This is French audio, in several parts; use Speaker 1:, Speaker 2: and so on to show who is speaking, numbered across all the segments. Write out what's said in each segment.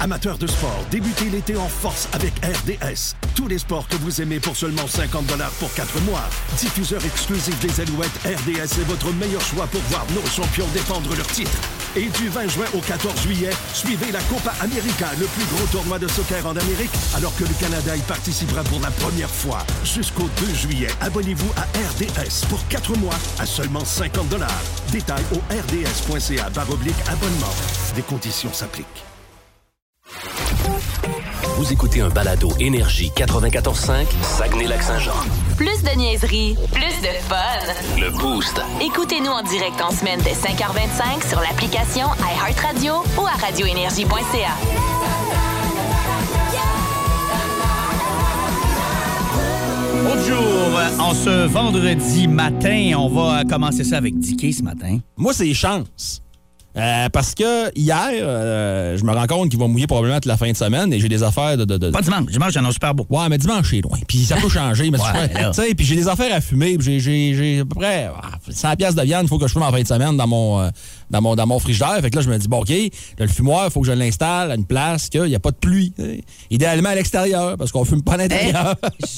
Speaker 1: Amateurs de sport, débutez l'été en force avec RDS. Tous les sports que vous aimez pour seulement 50 pour 4 mois. Diffuseur exclusif des Alouettes, RDS est votre meilleur choix pour voir nos champions défendre leur titre. Et du 20 juin au 14 juillet, suivez la Copa América, le plus gros tournoi de soccer en Amérique, alors que le Canada y participera pour la première fois. Jusqu'au 2 juillet, abonnez-vous à RDS pour 4 mois à seulement 50 Détail au rds.ca abonnement. Des conditions s'appliquent.
Speaker 2: Vous écoutez un balado Énergie 94.5, Saguenay-Lac-Saint-Jean.
Speaker 3: Plus de niaiserie, plus de fun.
Speaker 2: Le Boost.
Speaker 3: Écoutez-nous en direct en semaine dès 5h25 sur l'application iHeartRadio ou à radioénergie.ca.
Speaker 4: Bonjour, en ce vendredi matin, on va commencer ça avec Dicky ce matin.
Speaker 5: Moi, c'est chance. Euh, parce que hier, euh, je me rends compte qu'ils vont mouiller probablement toute la fin de semaine et j'ai des affaires de. de, de...
Speaker 4: Pas Ah, dimanche, dimanche, j'en ai un super beau.
Speaker 5: Ouais, mais dimanche, c'est loin. Puis ça peut changer, mais
Speaker 4: Ouais,
Speaker 5: tu
Speaker 4: là.
Speaker 5: sais, puis j'ai des affaires à fumer, puis j'ai- j'ai j'ai à peu près ah, 100 pièces de viande, il faut que je fume en fin de semaine dans mon, euh, dans mon, dans mon frigidaire. Fait que là, je me dis, bon, OK, là, le fumoir, il faut que je l'installe à une place qu'il n'y a pas de pluie. tu sais. Idéalement à l'extérieur, parce qu'on fume pas à l'intérieur.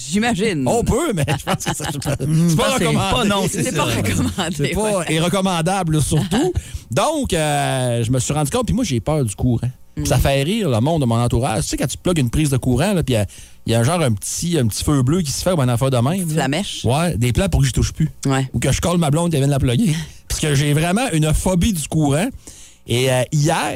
Speaker 6: J'imagine.
Speaker 5: On peut, mais je pense que ça- c'est
Speaker 4: pense
Speaker 5: pas
Speaker 4: Eh, que c'est
Speaker 5: recommandé.
Speaker 4: pas non,
Speaker 6: c'est pas recommandé.
Speaker 5: C'est pas et recommandable surtout. Donc, euh, je me suis rendu compte, puis moi, j'ai peur du courant. Puis Ça fait rire le monde de mon entourage. Tu sais, quand tu plugues une prise de courant, là, puis il y a- il y, a genre un petit, un petit feu bleu qui se fait ou un affaire de même. là.
Speaker 6: flamèche.
Speaker 5: Ouais, des plans pour que je touche plus.
Speaker 6: Ouais.
Speaker 5: Ou que je colle ma blonde qui vient de la plugger. Parce que j'ai vraiment une phobie du courant. Et euh, hier,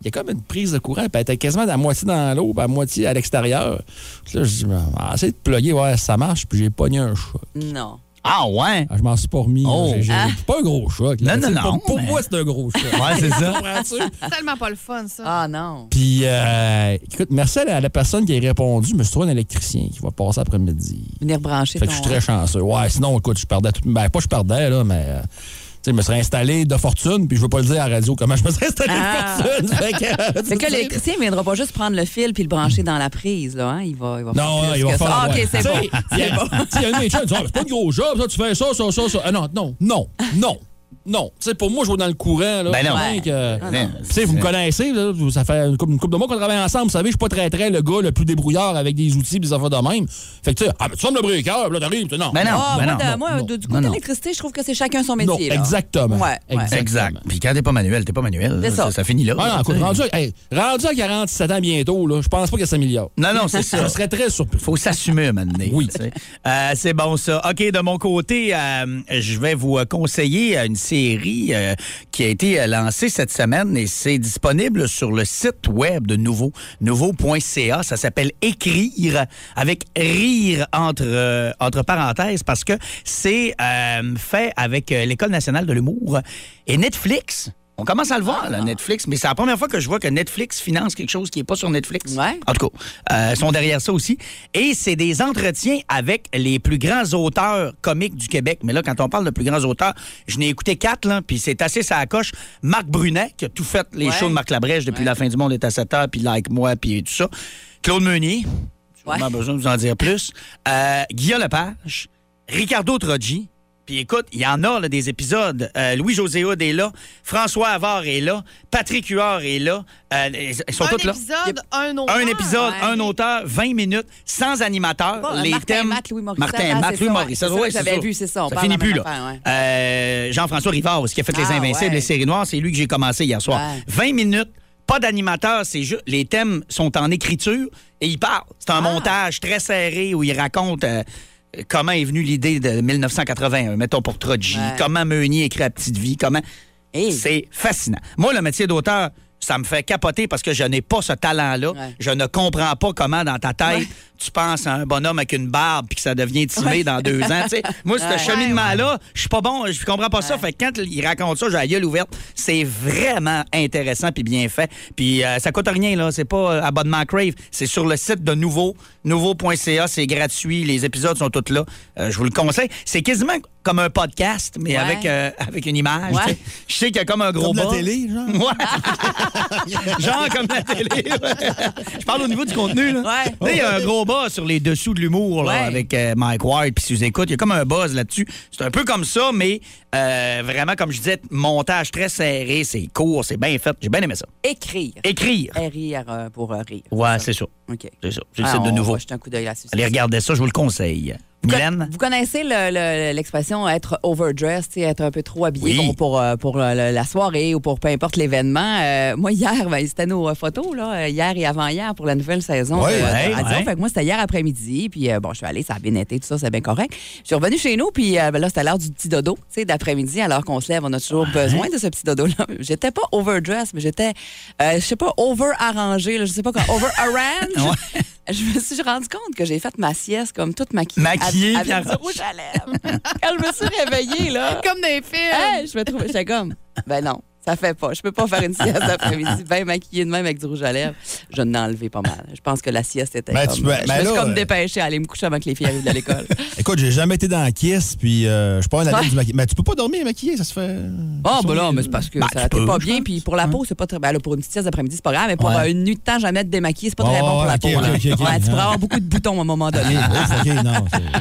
Speaker 5: il y a comme une prise de courant, puis elle était quasiment à moitié dans l'eau, puis à moitié à l'extérieur. Puis Là, je dis, Ah, essaye de plugger, ouais, ça marche, puis j'ai pogné un choc.
Speaker 6: Non.
Speaker 4: Ah ouais?
Speaker 5: Ah, je m'en suis pas remis. là.
Speaker 4: Oh.
Speaker 5: J'ai- j'ai-
Speaker 6: Ah.
Speaker 5: c'est Pas un gros choc. là.
Speaker 4: Non, non,
Speaker 5: C'est pas-
Speaker 4: non,
Speaker 5: Pour
Speaker 4: mais-
Speaker 5: moi, c'est un gros choc.
Speaker 4: Ouais, c'est ça.
Speaker 5: Comprends-tu?
Speaker 7: C'est tellement pas le fun, ça.
Speaker 6: Ah non.
Speaker 5: Puis, euh, écoute, merci à la, à la personne qui a répondu. Je me suis trouvé un électricien qui va passer après-midi.
Speaker 6: Venir brancher
Speaker 5: Fait
Speaker 6: ton...
Speaker 5: que je suis très chanceux. Ouais, sinon, écoute, je perdais tout. Ben, pas je perdais, là, mais. euh, tu sais, je me serais installé de fortune, puis je veux pas le dire à la radio comment je me serais installé
Speaker 6: Ah.
Speaker 5: de fortune. Fait que, euh,
Speaker 6: Fait que
Speaker 5: tu sais.
Speaker 6: l'électricien ne viendra pas juste prendre le fil puis le brancher dans la prise, là. Hein? Il va, il va
Speaker 5: Non,
Speaker 6: faire
Speaker 5: non,
Speaker 6: plus
Speaker 5: il va
Speaker 6: que
Speaker 5: faire.
Speaker 6: ça. Ah, OK,
Speaker 5: ouais.
Speaker 6: c'est
Speaker 5: Tu sais,
Speaker 6: bon.
Speaker 5: il y a- tu sais, Il y a un de mes chums, il dit, Ah, c'est pas une gros job, ça, tu fais ça, ça, ça, ça. Ah, non, non, non, non. Non, tu sais, pour moi, je vais dans le courant. Là,
Speaker 4: Ben non.
Speaker 5: Rien
Speaker 6: Ouais.
Speaker 5: que- euh,
Speaker 4: Ah non.
Speaker 5: Tu sais, vous me connaissez, là, vous- ça fait une couple, une couple de mois qu'on travaille ensemble. Vous savez, je suis pas très très le gars le plus débrouillard avec des outils, puis ça va de même. Fait que tu sais, ah, mais tu fermes le breaker, puis là, t'arrives, tu sais, non.
Speaker 4: Ben non,
Speaker 6: Ah, moi,
Speaker 4: ben non.
Speaker 6: de- moi,
Speaker 5: non,
Speaker 6: de- du
Speaker 4: non,
Speaker 6: côté
Speaker 4: non.
Speaker 6: de l'électricité, je trouve que c'est chacun son
Speaker 5: non,
Speaker 6: métier. là.
Speaker 5: exactement.
Speaker 6: Ouais, ouais.
Speaker 5: Exactement.
Speaker 4: Exact. Puis quand t'es pas manuel, t'es pas manuel.
Speaker 6: C'est ça.
Speaker 4: Ça, finit là.
Speaker 5: Ah non, écoute,
Speaker 4: Tu sais.
Speaker 5: rendu, à- hey, rendu à 47 ans bientôt, là, je pense pas que ça milliard.
Speaker 4: Non, non, c'est
Speaker 5: Je
Speaker 4: ça.
Speaker 5: serais très surpris.
Speaker 4: faut s'assumer maintenant.
Speaker 5: Oui.
Speaker 4: Euh, c'est bon ça. OK, de mon côté, euh, je vais vous euh, conseiller euh, une série euh, qui a été euh, lancée cette semaine et c'est disponible sur le site web de Nouveau, nouveau.ca. Ça s'appelle Écrire avec rire entre, euh, entre parenthèses parce que c'est euh, fait avec euh, l'École nationale de l'humour et Netflix. On commence à le voir, là, Netflix, mais c'est la première fois que je vois que Netflix finance quelque chose qui n'est pas sur Netflix.
Speaker 6: Ouais.
Speaker 4: En tout cas, euh, sont derrière ça aussi. Et c'est des entretiens avec les plus grands auteurs comiques du Québec. Mais là, quand on parle de plus grands auteurs, je n'ai écouté quatre, là, puis c'est assez ça coche. Marc Brunet, qui a tout fait les
Speaker 6: Ouais.
Speaker 4: shows de Marc Labrèche depuis la fin du monde est à 7 heures, puis Like Moi, puis tout ça. Claude Meunier, j'ai
Speaker 6: Ouais.
Speaker 4: vraiment besoin de vous en dire plus. Euh, Guillaume Lepage, Ricardo Troggi. Puis écoute, il y en a là, des épisodes. Euh, Louis-José Hood est là, François Havard est là, Patrick Huard est là. Euh, ils sont
Speaker 7: un
Speaker 4: tous là.
Speaker 7: épisode, un autre.
Speaker 4: Un épisode,
Speaker 6: ouais.
Speaker 4: un auteur, 20 minutes, sans animateur.
Speaker 6: Bon,
Speaker 4: les
Speaker 6: Martin
Speaker 4: thèmes.
Speaker 6: Matt, Louis Morissette.
Speaker 4: Martin
Speaker 6: Ah,
Speaker 4: Matt,
Speaker 6: c'est
Speaker 4: Louis
Speaker 6: ça, ouais. C'est
Speaker 4: Morissette.
Speaker 6: ça
Speaker 4: Ouais,
Speaker 6: que j'avais vu, c'est ça, on
Speaker 4: Ça
Speaker 6: parle
Speaker 4: finit
Speaker 6: de la
Speaker 4: plus, là.
Speaker 6: même affaire, ouais.
Speaker 4: Euh, Jean-François Rivard, qui a fait Les
Speaker 6: Ah,
Speaker 4: Invincibles,
Speaker 6: ouais.
Speaker 4: les séries noires, c'est lui que j'ai commencé hier soir.
Speaker 6: Ouais.
Speaker 4: 20 minutes, pas d'animateur, c'est juste. Les thèmes sont en écriture et il parle. C'est
Speaker 6: Ah.
Speaker 4: un montage très serré où il raconte. euh, Comment est venue l'idée de 1981, mettons pour Troji,
Speaker 6: Ouais.
Speaker 4: comment Meunier écrit La Petite Vie, comment...
Speaker 6: Hey.
Speaker 4: C'est fascinant. Moi, le métier d'auteur, ça me fait capoter parce que je n'ai pas ce talent-là.
Speaker 6: Ouais.
Speaker 4: Je ne comprends pas comment, dans ta tête, tu penses à un bonhomme avec une barbe puis que ça devient timide dans deux ans. Tu sais, Moi, ce
Speaker 6: Ouais.
Speaker 4: cheminement-là, je suis pas bon, je comprends pas ça. Fait que quand il raconte ça, j'ai la gueule ouverte. C'est vraiment intéressant puis bien fait. Puis euh, ça coûte rien, là. C'est pas euh, abonnement Crave. C'est sur le site de Nouveau, nouveau.ca. C'est gratuit. Les épisodes sont tous là. Euh, je vous le conseille. C'est quasiment comme un podcast, mais
Speaker 6: Ouais.
Speaker 4: avec, euh, avec une image.
Speaker 6: Ouais.
Speaker 4: tu sais. Je sais qu'il y a comme un gros
Speaker 5: Comme la
Speaker 4: bas.
Speaker 5: télé, genre.
Speaker 4: Ouais. genre comme la télé. ouais. Je parle au niveau du contenu. Là.
Speaker 6: Ouais.
Speaker 4: Tu sais, Il y a un gros combat sur les dessous de l'humour là,
Speaker 6: Ouais.
Speaker 4: avec euh, Mike Ward. Puis si vous écoutez, il y a comme un buzz là-dessus. C'est un peu comme ça, mais euh, vraiment, comme je disais, montage très serré, c'est court, c'est bien fait. J'ai bien aimé ça.
Speaker 6: Écrire.
Speaker 4: Écrire.
Speaker 6: Rire euh, pour euh, rire.
Speaker 4: Ouais, c'est ça.
Speaker 6: OK.
Speaker 4: C'est ça. C'est le
Speaker 6: Ah,
Speaker 4: site de
Speaker 6: on
Speaker 4: nouveau.
Speaker 6: va jeter un coup d'œil là-dessus.
Speaker 4: Allez, regarder ça, je vous le conseille.
Speaker 6: Vous con-
Speaker 4: Mylène?
Speaker 6: Vous connaissez le- le- l'expression être overdressed, tu sais, être un peu trop habillé
Speaker 4: Oui.
Speaker 6: pour, pour, euh, pour, euh, le- la soirée ou pour peu importe l'événement. Euh, moi, hier, ben, c'était nos euh, photos, là, euh, hier et avant-hier pour la nouvelle saison.
Speaker 4: Ouais,
Speaker 6: de- de
Speaker 4: ouais,
Speaker 6: radio.
Speaker 4: ouais.
Speaker 6: Fait que moi, c'était hier après-midi. Puis euh, bon, je suis allée, ça a bien été, tout ça, c'est bien correct. Je suis revenue chez nous, puis euh, ben là, c'était l'heure du petit dodo, tu sais, d'après-midi, alors qu'on se lève, on a toujours besoin de ce petit dodo-là. J'étais pas overdressed, mais j'étais, euh, je sais pas, over-arrangée, là, je sais pas quoi, over-arrange. Je me suis rendu compte que j'ai fait ma sieste comme toute maquillée.
Speaker 4: Maquillée,
Speaker 6: avec-
Speaker 4: puis
Speaker 6: avec du rouge à lèvres. Quand je me suis réveillée, là,
Speaker 7: Comme des films.
Speaker 6: hey, je me trouvais, j'étais comme, ben non, ça fait pas. Je peux pas faire une sieste d'après-midi, bien maquillée de même avec du rouge à lèvres. Je n'ai enlevé pas mal. Je pense que la sieste était
Speaker 5: Ben,
Speaker 6: comme-
Speaker 5: tu peux-
Speaker 6: je
Speaker 5: ben
Speaker 6: me suis
Speaker 5: là,
Speaker 6: comme
Speaker 5: euh,
Speaker 6: dépêchée à aller me coucher avant que les filles arrivent de l'école.
Speaker 5: Écoute, j'ai jamais été dans la kiss, puis euh, je suis pas un adepte
Speaker 6: Ouais.
Speaker 5: du maquillage. Mais tu peux pas dormir maquillé, ça se fait. euh,
Speaker 6: Ah,
Speaker 5: ça
Speaker 6: ben
Speaker 5: se
Speaker 6: là,
Speaker 5: fait-
Speaker 6: mais c'est parce que
Speaker 4: Ben,
Speaker 6: ça
Speaker 4: tu
Speaker 6: t'es
Speaker 4: peux,
Speaker 6: pas
Speaker 4: je
Speaker 6: bien. Puis pour la peau, c'est pas très. Ben là, pour une petite sieste d'après-midi, c'est pas grave, mais pour
Speaker 5: Hein? Ouais.
Speaker 6: euh, une nuit de temps, jamais te démaquiller, c'est pas très
Speaker 5: Ouais,
Speaker 6: bon pour
Speaker 5: ouais,
Speaker 6: la
Speaker 5: ok,
Speaker 6: peau. là.
Speaker 5: ok, ok, ok.
Speaker 6: Ouais, tu pourras avoir beaucoup de boutons à un moment donné.
Speaker 5: Ok, ouf, ok, non. c'est-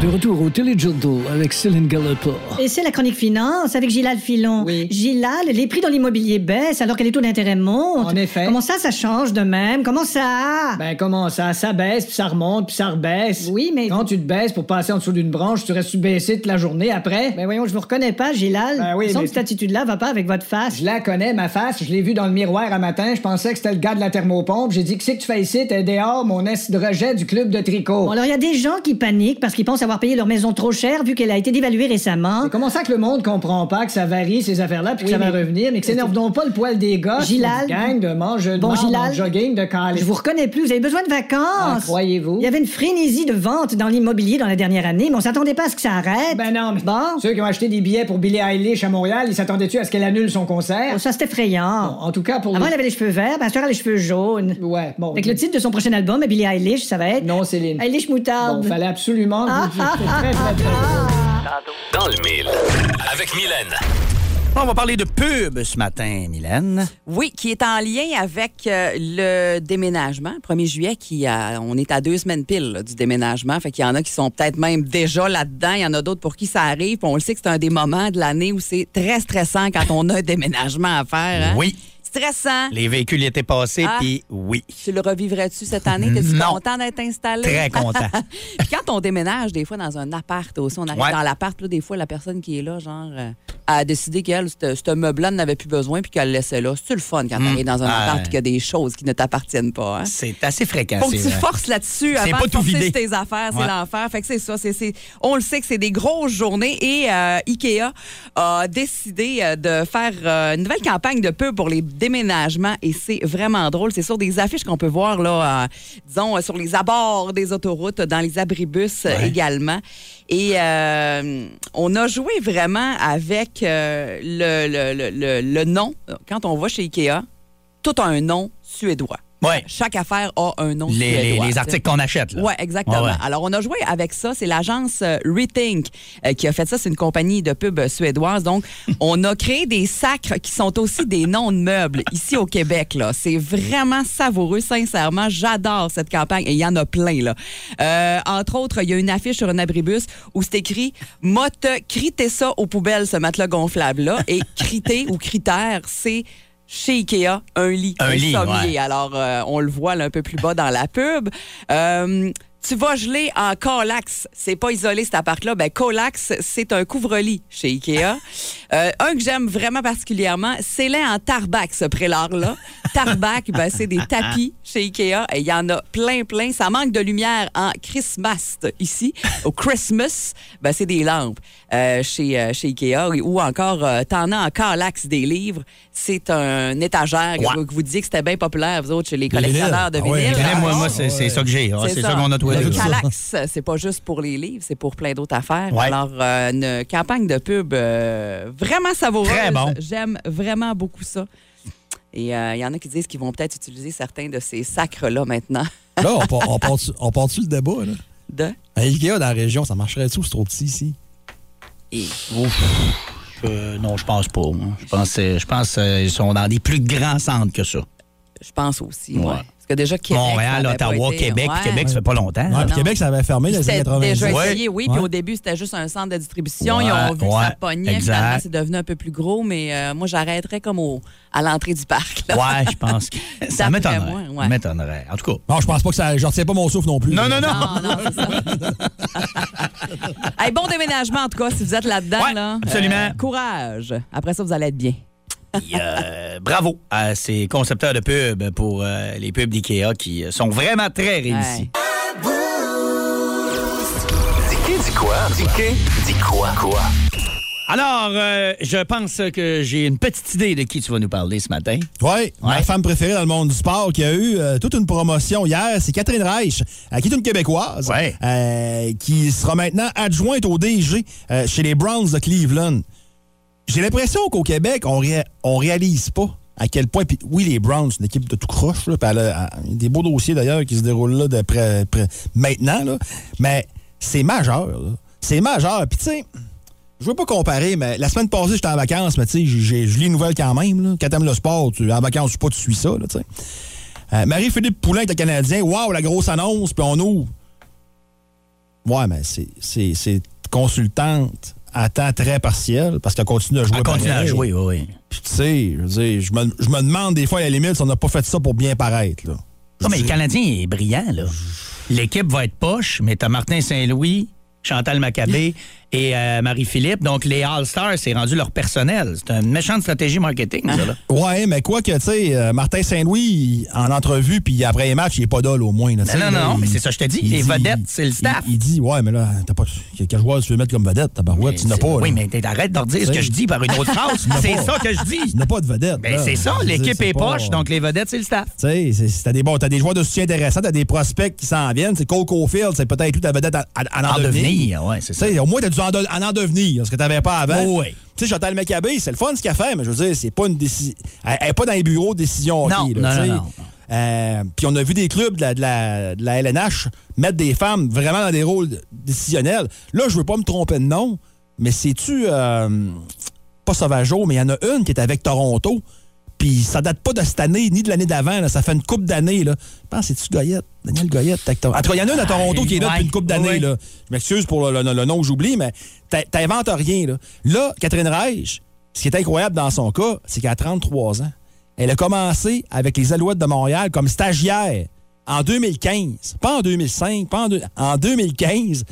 Speaker 8: De retour au Téléjournal avec Céline Gallopin.
Speaker 9: Et c'est la chronique finance avec Gilal Filon.
Speaker 10: Oui.
Speaker 9: Gilal, les prix dans l'immobilier baissent alors que les taux d'intérêt montent.
Speaker 10: En effet.
Speaker 9: Comment ça, ça change de même? Comment ça?
Speaker 10: Ben comment ça? Ça baisse, puis ça remonte, puis ça rebaisse.
Speaker 9: Oui, mais-
Speaker 10: Quand tu te baisses pour passer en dessous d'une branche, tu restes baissé toute la journée après.
Speaker 9: Ben voyons, je vous reconnais pas, Gilal.
Speaker 10: Ben oui,
Speaker 9: Il me semble
Speaker 10: mais-
Speaker 9: que cette attitude-là va pas avec votre face.
Speaker 10: Ah, Je la connais, ma face. Je l'ai vue dans le miroir un matin. Je pensais que c'était le gars de la thermopompe. J'ai dit, que c'est que tu fais ici? T'es dehors, mon est de rejet du club de tricot.
Speaker 9: Bon, alors il y a des gens qui paniquent parce qu'ils pensent avoir payé leur maison trop cher vu qu'elle a été dévaluée récemment.
Speaker 10: Mais comment ça que le monde comprend pas que ça varie, ces affaires-là, puis que
Speaker 9: Oui,
Speaker 10: ça va
Speaker 9: mais-
Speaker 10: revenir, mais que s'énerve donc pas le poil des gars.
Speaker 9: Gilal.
Speaker 10: Gang de mange de
Speaker 9: Bon,
Speaker 10: marde,
Speaker 9: Gilal.
Speaker 10: mon jogging de calais.
Speaker 9: Je vous reconnais plus, vous avez besoin de
Speaker 10: Ah,
Speaker 9: vacances.
Speaker 10: Croyez-vous?
Speaker 9: il y avait une frénésie de vente dans l'immobilier dans la dernière année, mais on s'attendait pas à ce que ça arrête.
Speaker 10: Ben non, mais
Speaker 9: Bon.
Speaker 10: ceux qui ont acheté des billets pour Billie Eilish à Montréal, ils s'attendaient-tu à ce qu'elle annule son concert?
Speaker 9: Oh, ça, c'est effrayant.
Speaker 10: Bon, en tout cas, pour
Speaker 9: Avant,
Speaker 10: le-
Speaker 9: elle avait les cheveux verts, ben, ce soir, elle a les cheveux jaunes.
Speaker 10: Ouais, bon.
Speaker 9: Avec le titre de son prochain album, Billie Eilish, ça va être
Speaker 10: Non, Céline.
Speaker 9: Eilish Moutarde.
Speaker 10: Bon, fallait absolument. que
Speaker 9: Ah,
Speaker 10: vous- C'était très, très, très drôle.
Speaker 2: Dans le mille. Avec Mylène.
Speaker 4: On va parler de pub ce matin, Mylène.
Speaker 6: Oui, qui est en lien avec euh, le déménagement. Le 1er juillet, qui a- on est à deux semaines pile là, du déménagement. Fait qu'il y en a qui sont peut-être même déjà là-dedans. Il y en a d'autres pour qui ça arrive. Puis on le sait que c'est un des moments de l'année où c'est très stressant quand on a un déménagement à faire. hein.
Speaker 4: Oui.
Speaker 6: Stressant.
Speaker 4: Les véhicules y étaient passés,
Speaker 6: Ah.
Speaker 4: puis oui.
Speaker 6: Tu le revivrais-tu cette année? T'es-tu
Speaker 4: Non.
Speaker 6: content d'être installé?
Speaker 4: Très content.
Speaker 6: Puis quand on déménage, des fois, dans un appart aussi, on arrive
Speaker 4: Ouais.
Speaker 6: dans l'appart, là, des fois, la personne qui est là, genre, euh, a décidé qu'elle, ce ce meuble-là, n'avait plus besoin, puis qu'elle le laissait là. C'est le fun quand t'arrives dans un
Speaker 4: Ah,
Speaker 6: appart,
Speaker 4: ouais.
Speaker 6: puis qu'il y a des choses qui ne t'appartiennent pas. hein?
Speaker 4: C'est assez fréquent.
Speaker 6: Faut que
Speaker 4: c'est
Speaker 6: tu
Speaker 4: vrai.
Speaker 6: forces là-dessus
Speaker 4: C'est
Speaker 6: avant
Speaker 4: pas
Speaker 6: de
Speaker 4: tout
Speaker 6: forcer
Speaker 4: vidé.
Speaker 6: sur tes affaires, c'est
Speaker 4: Ouais.
Speaker 6: l'enfer. Fait que c'est ça, c'est, c'est- on le sait que c'est des grosses journées et euh, Ikea a décidé euh, de faire euh, une nouvelle campagne de pub pour les déménagements et c'est vraiment drôle. C'est sur des affiches qu'on peut voir là, euh, disons euh, sur les abords des autoroutes, dans les abribus euh, également. Et euh, on a joué vraiment avec euh, le, le- le- le- le nom quand on va chez Ikea, tout a un nom suédois
Speaker 4: Ouais.
Speaker 6: chaque affaire a un nom
Speaker 4: Les, les-
Speaker 6: suédois,
Speaker 4: les
Speaker 6: tu sais.
Speaker 4: articles qu'on achète. là. Ah
Speaker 6: Oui, exactement.
Speaker 4: Ouais, ouais.
Speaker 6: Alors, on a joué avec ça. C'est l'agence euh, Rethink euh, qui a fait ça. C'est une compagnie de pub suédoise. Donc, on a créé des sacres qui sont aussi des noms de meubles ici au Québec. là. C'est vraiment savoureux, sincèrement. J'adore cette campagne et il y en a plein. là. Euh, entre autres, il y a une affiche sur un abribus où c'est écrit « Motte, critez ça aux poubelles, ce matelas gonflable-là. » Et « criter » ou « critère », c'est... Chez Ikea, un lit,
Speaker 4: Un lit,
Speaker 6: sommier.
Speaker 4: ouais.
Speaker 6: Alors, euh, on le voit là, un peu plus bas dans la pub. Euh, tu vas geler en Colax. C'est pas isolé cet appart-là. Ben, Colax, c'est un couvre-lit chez Ikea. Euh, un que j'aime vraiment particulièrement, c'est là en tarbac, ce prélard-là. Tarbac, ben, c'est des tapis chez Ikea. Et il y en a plein, plein. Ça manque de lumière en Christmas ici. Au Christmas, ben, c'est des lampes euh, chez, euh, chez Ikea. Ou- Ou encore, euh, t'en as en Colax des livres. C'est un étagère que
Speaker 4: Ouais.
Speaker 6: je- que vous disiez que c'était bien populaire, vous autres, chez les
Speaker 5: Des vinyles.
Speaker 6: collectionneurs de
Speaker 5: Ah ouais,
Speaker 6: vinyles.
Speaker 5: des
Speaker 4: Mais moi, moi,
Speaker 5: Ah,
Speaker 4: c'est c'est
Speaker 6: euh,
Speaker 5: ouais.
Speaker 4: ça que j'ai. Ah, C'est ça, qu'on a tous les
Speaker 6: Le
Speaker 4: deux.
Speaker 6: Calax, c'est pas juste pour les livres, c'est pour plein d'autres affaires.
Speaker 4: Ouais.
Speaker 6: Alors, euh, une campagne de pub euh, vraiment savoureuse.
Speaker 4: Très bon.
Speaker 6: J'aime vraiment beaucoup ça. Et euh, il y en a qui disent qu'ils vont peut-être utiliser certains de ces sacres-là maintenant.
Speaker 5: Là, on part- on part-tu on part-tu le débat, là?
Speaker 6: De...
Speaker 5: Un Ikea dans la région, ça marcherait-tu ou c'est trop petit ici?
Speaker 4: Euh, non, je pense pas. moi. Je pense, euh, je pense euh, ils sont dans des plus grands centres que ça.
Speaker 6: Je pense aussi.
Speaker 4: Ouais.
Speaker 6: ouais. Parce que déjà, Québec.
Speaker 4: Montréal,
Speaker 6: ça avait pas
Speaker 4: Ottawa,
Speaker 6: été-
Speaker 4: Québec.
Speaker 6: ouais.
Speaker 4: Québec, ça fait pas longtemps.
Speaker 5: Ouais, puis
Speaker 6: Ah, non.
Speaker 5: Québec, ça avait fermé les années
Speaker 6: C'était
Speaker 5: 90.
Speaker 6: déjà
Speaker 4: Ouais.
Speaker 6: essayé, oui. Puis au début, c'était juste un centre de distribution. Ils ont vu
Speaker 4: Ouais,
Speaker 6: que
Speaker 4: ouais,
Speaker 6: ça pognait.
Speaker 4: exact.
Speaker 6: Finalement, c'est devenu un peu plus gros. Mais euh, moi, j'arrêterais comme au, à l'entrée du parc. là.
Speaker 4: Ouais, je pense que ça
Speaker 6: D'après
Speaker 4: m'étonnerait.
Speaker 6: moi, ouais.
Speaker 4: m'étonnerait. En tout cas.
Speaker 5: Non, je pense pas que ça. Je retiens pas mon souffle non plus.
Speaker 4: Non, non, non.
Speaker 6: Ah, Non, non, c'est ça. Hey, bon déménagement, en tout cas, si vous êtes là-dedans.
Speaker 4: Ouais,
Speaker 6: là. Euh,
Speaker 4: absolument.
Speaker 6: courage. Après ça, vous allez être bien.
Speaker 4: Puis, euh, bravo à ces concepteurs de pubs pour euh, les pubs d'IKEA qui euh, sont vraiment très réussis.
Speaker 2: Dis-qui, dis quoi? Dis-qui, dis quoi? Quoi?
Speaker 4: Alors, euh, je pense que j'ai une petite idée de qui tu vas nous parler ce matin.
Speaker 5: Oui, ma femme préférée dans le monde du sport qui a eu euh, toute une promotion hier, c'est Catherine Reich, euh, qui est une Québécoise,
Speaker 4: Ouais.
Speaker 5: euh, qui sera maintenant adjointe au DG euh, chez les Browns de Cleveland. J'ai l'impression qu'au Québec, on, ré- on réalise pas à quel point. puis oui, les Browns, c'est une équipe de tout croche. là, puis elle a- elle a des beaux dossiers d'ailleurs qui se déroulent là de près- près- maintenant. là, mais c'est majeur. là. C'est majeur. Puis tu sais, je veux pas comparer, mais la semaine passée, j'étais en vacances, mais tu sais, j'ai- j'ai- je lis une nouvelle quand même. Là. Quand t'aimes le sport, tu, en vacances ou pas, tu suis ça. là, tu sais. Euh, Marie-Philippe Poulin avec le Canadien. Waouh, la grosse annonce, puis on ouvre. Ouais, mais c'est- c'est c'est consultante à temps très partiel parce qu'elle continue à jouer.
Speaker 4: On continue à
Speaker 5: pareil.
Speaker 4: jouer, oui, oui.
Speaker 5: Puis tu sais, je veux dire, je me, je me demande des fois à la limite si on n'a pas fait ça pour bien paraître. Là.
Speaker 4: Non, mais le Canadien est brillant, là. L'équipe va être poche, mais t'as Martin Saint-Louis, Chantal Maccabé et euh, Marie-Philippe. Donc, les All-Stars, c'est rendu leur personnel. C'est une méchante stratégie marketing, ça, là.
Speaker 5: Ouais, mais quoi que, tu sais, euh, Martin Saint-Louis, il- en entrevue, puis après les matchs, il est pas dole au moins. là, tu sais,
Speaker 4: non,
Speaker 5: là,
Speaker 4: non,
Speaker 5: il-
Speaker 4: mais c'est ça, je te dis,
Speaker 5: il
Speaker 4: les vedettes, c'est le staff.
Speaker 5: Il, il dit, ouais, mais là, t'as pas. Quel quel joueur tu veux mettre comme vedette, tabarouette, tu n'as pas.
Speaker 4: Oui,
Speaker 5: là.
Speaker 4: mais t'es- arrête de redire ce
Speaker 5: Ah. Oui.
Speaker 4: que je dis par une autre phrase.
Speaker 5: n'as
Speaker 4: c'est
Speaker 5: pas.
Speaker 4: ça que je dis.
Speaker 5: Tu n'as pas de vedette.
Speaker 4: Ben,
Speaker 5: là.
Speaker 4: c'est ça,
Speaker 5: Je veux dire,
Speaker 4: l'équipe
Speaker 5: c'est
Speaker 4: est
Speaker 5: pas-
Speaker 4: poche, donc les vedettes, c'est le staff.
Speaker 5: Tu sais, c'est- c'est- t'as des, bons- t'as des joueurs de soutien intéressants, t'as des prospects qui s'en viennent. C'est Cole Caulfield, c'est peut-être lui ta vedette à, à- à en,
Speaker 4: En devenir, ouais, c'est
Speaker 5: Tu
Speaker 4: ça.
Speaker 5: sais, au moins, t'as dû en, de- en en devenir, ce que t'avais pas avant.
Speaker 4: Oh, ouais.
Speaker 5: Tu sais, Chantal Maccabé, c'est le fun ce qu'elle fait, mais je veux dire, c'est pas une décision. Elle n'est pas dans les bureaux de décision hockey.
Speaker 4: Non,
Speaker 5: là,
Speaker 4: non,
Speaker 5: tu
Speaker 4: non,
Speaker 5: sais.
Speaker 4: non.
Speaker 5: Euh, Puis on a vu des clubs de la, de la- de la LNH mettre des femmes vraiment dans des rôles décisionnels. Là, je veux pas me tromper de nom, mais c'est-tu. euh, pas Sauvageau, mais il y en a une qui est avec Toronto. Puis ça date pas de cette année ni de l'année d'avant. là. Ça fait une coupe d'années. là. Je pense que c'est-tu Goyette? Daniel Goyette. tac, tac. En tout cas, il y en a une à Toronto qui est là depuis une coupe d'années.
Speaker 4: Ouais.
Speaker 5: là. Je m'excuse pour le, le- le nom que j'oublie, mais t'a- t'inventes rien. Là. là, Catherine Reich, ce qui est incroyable dans son cas, c'est qu'à 33 ans, elle a commencé avec les Alouettes de Montréal comme stagiaire en 2015. Pas en 2005, pas en, deux- en 2015.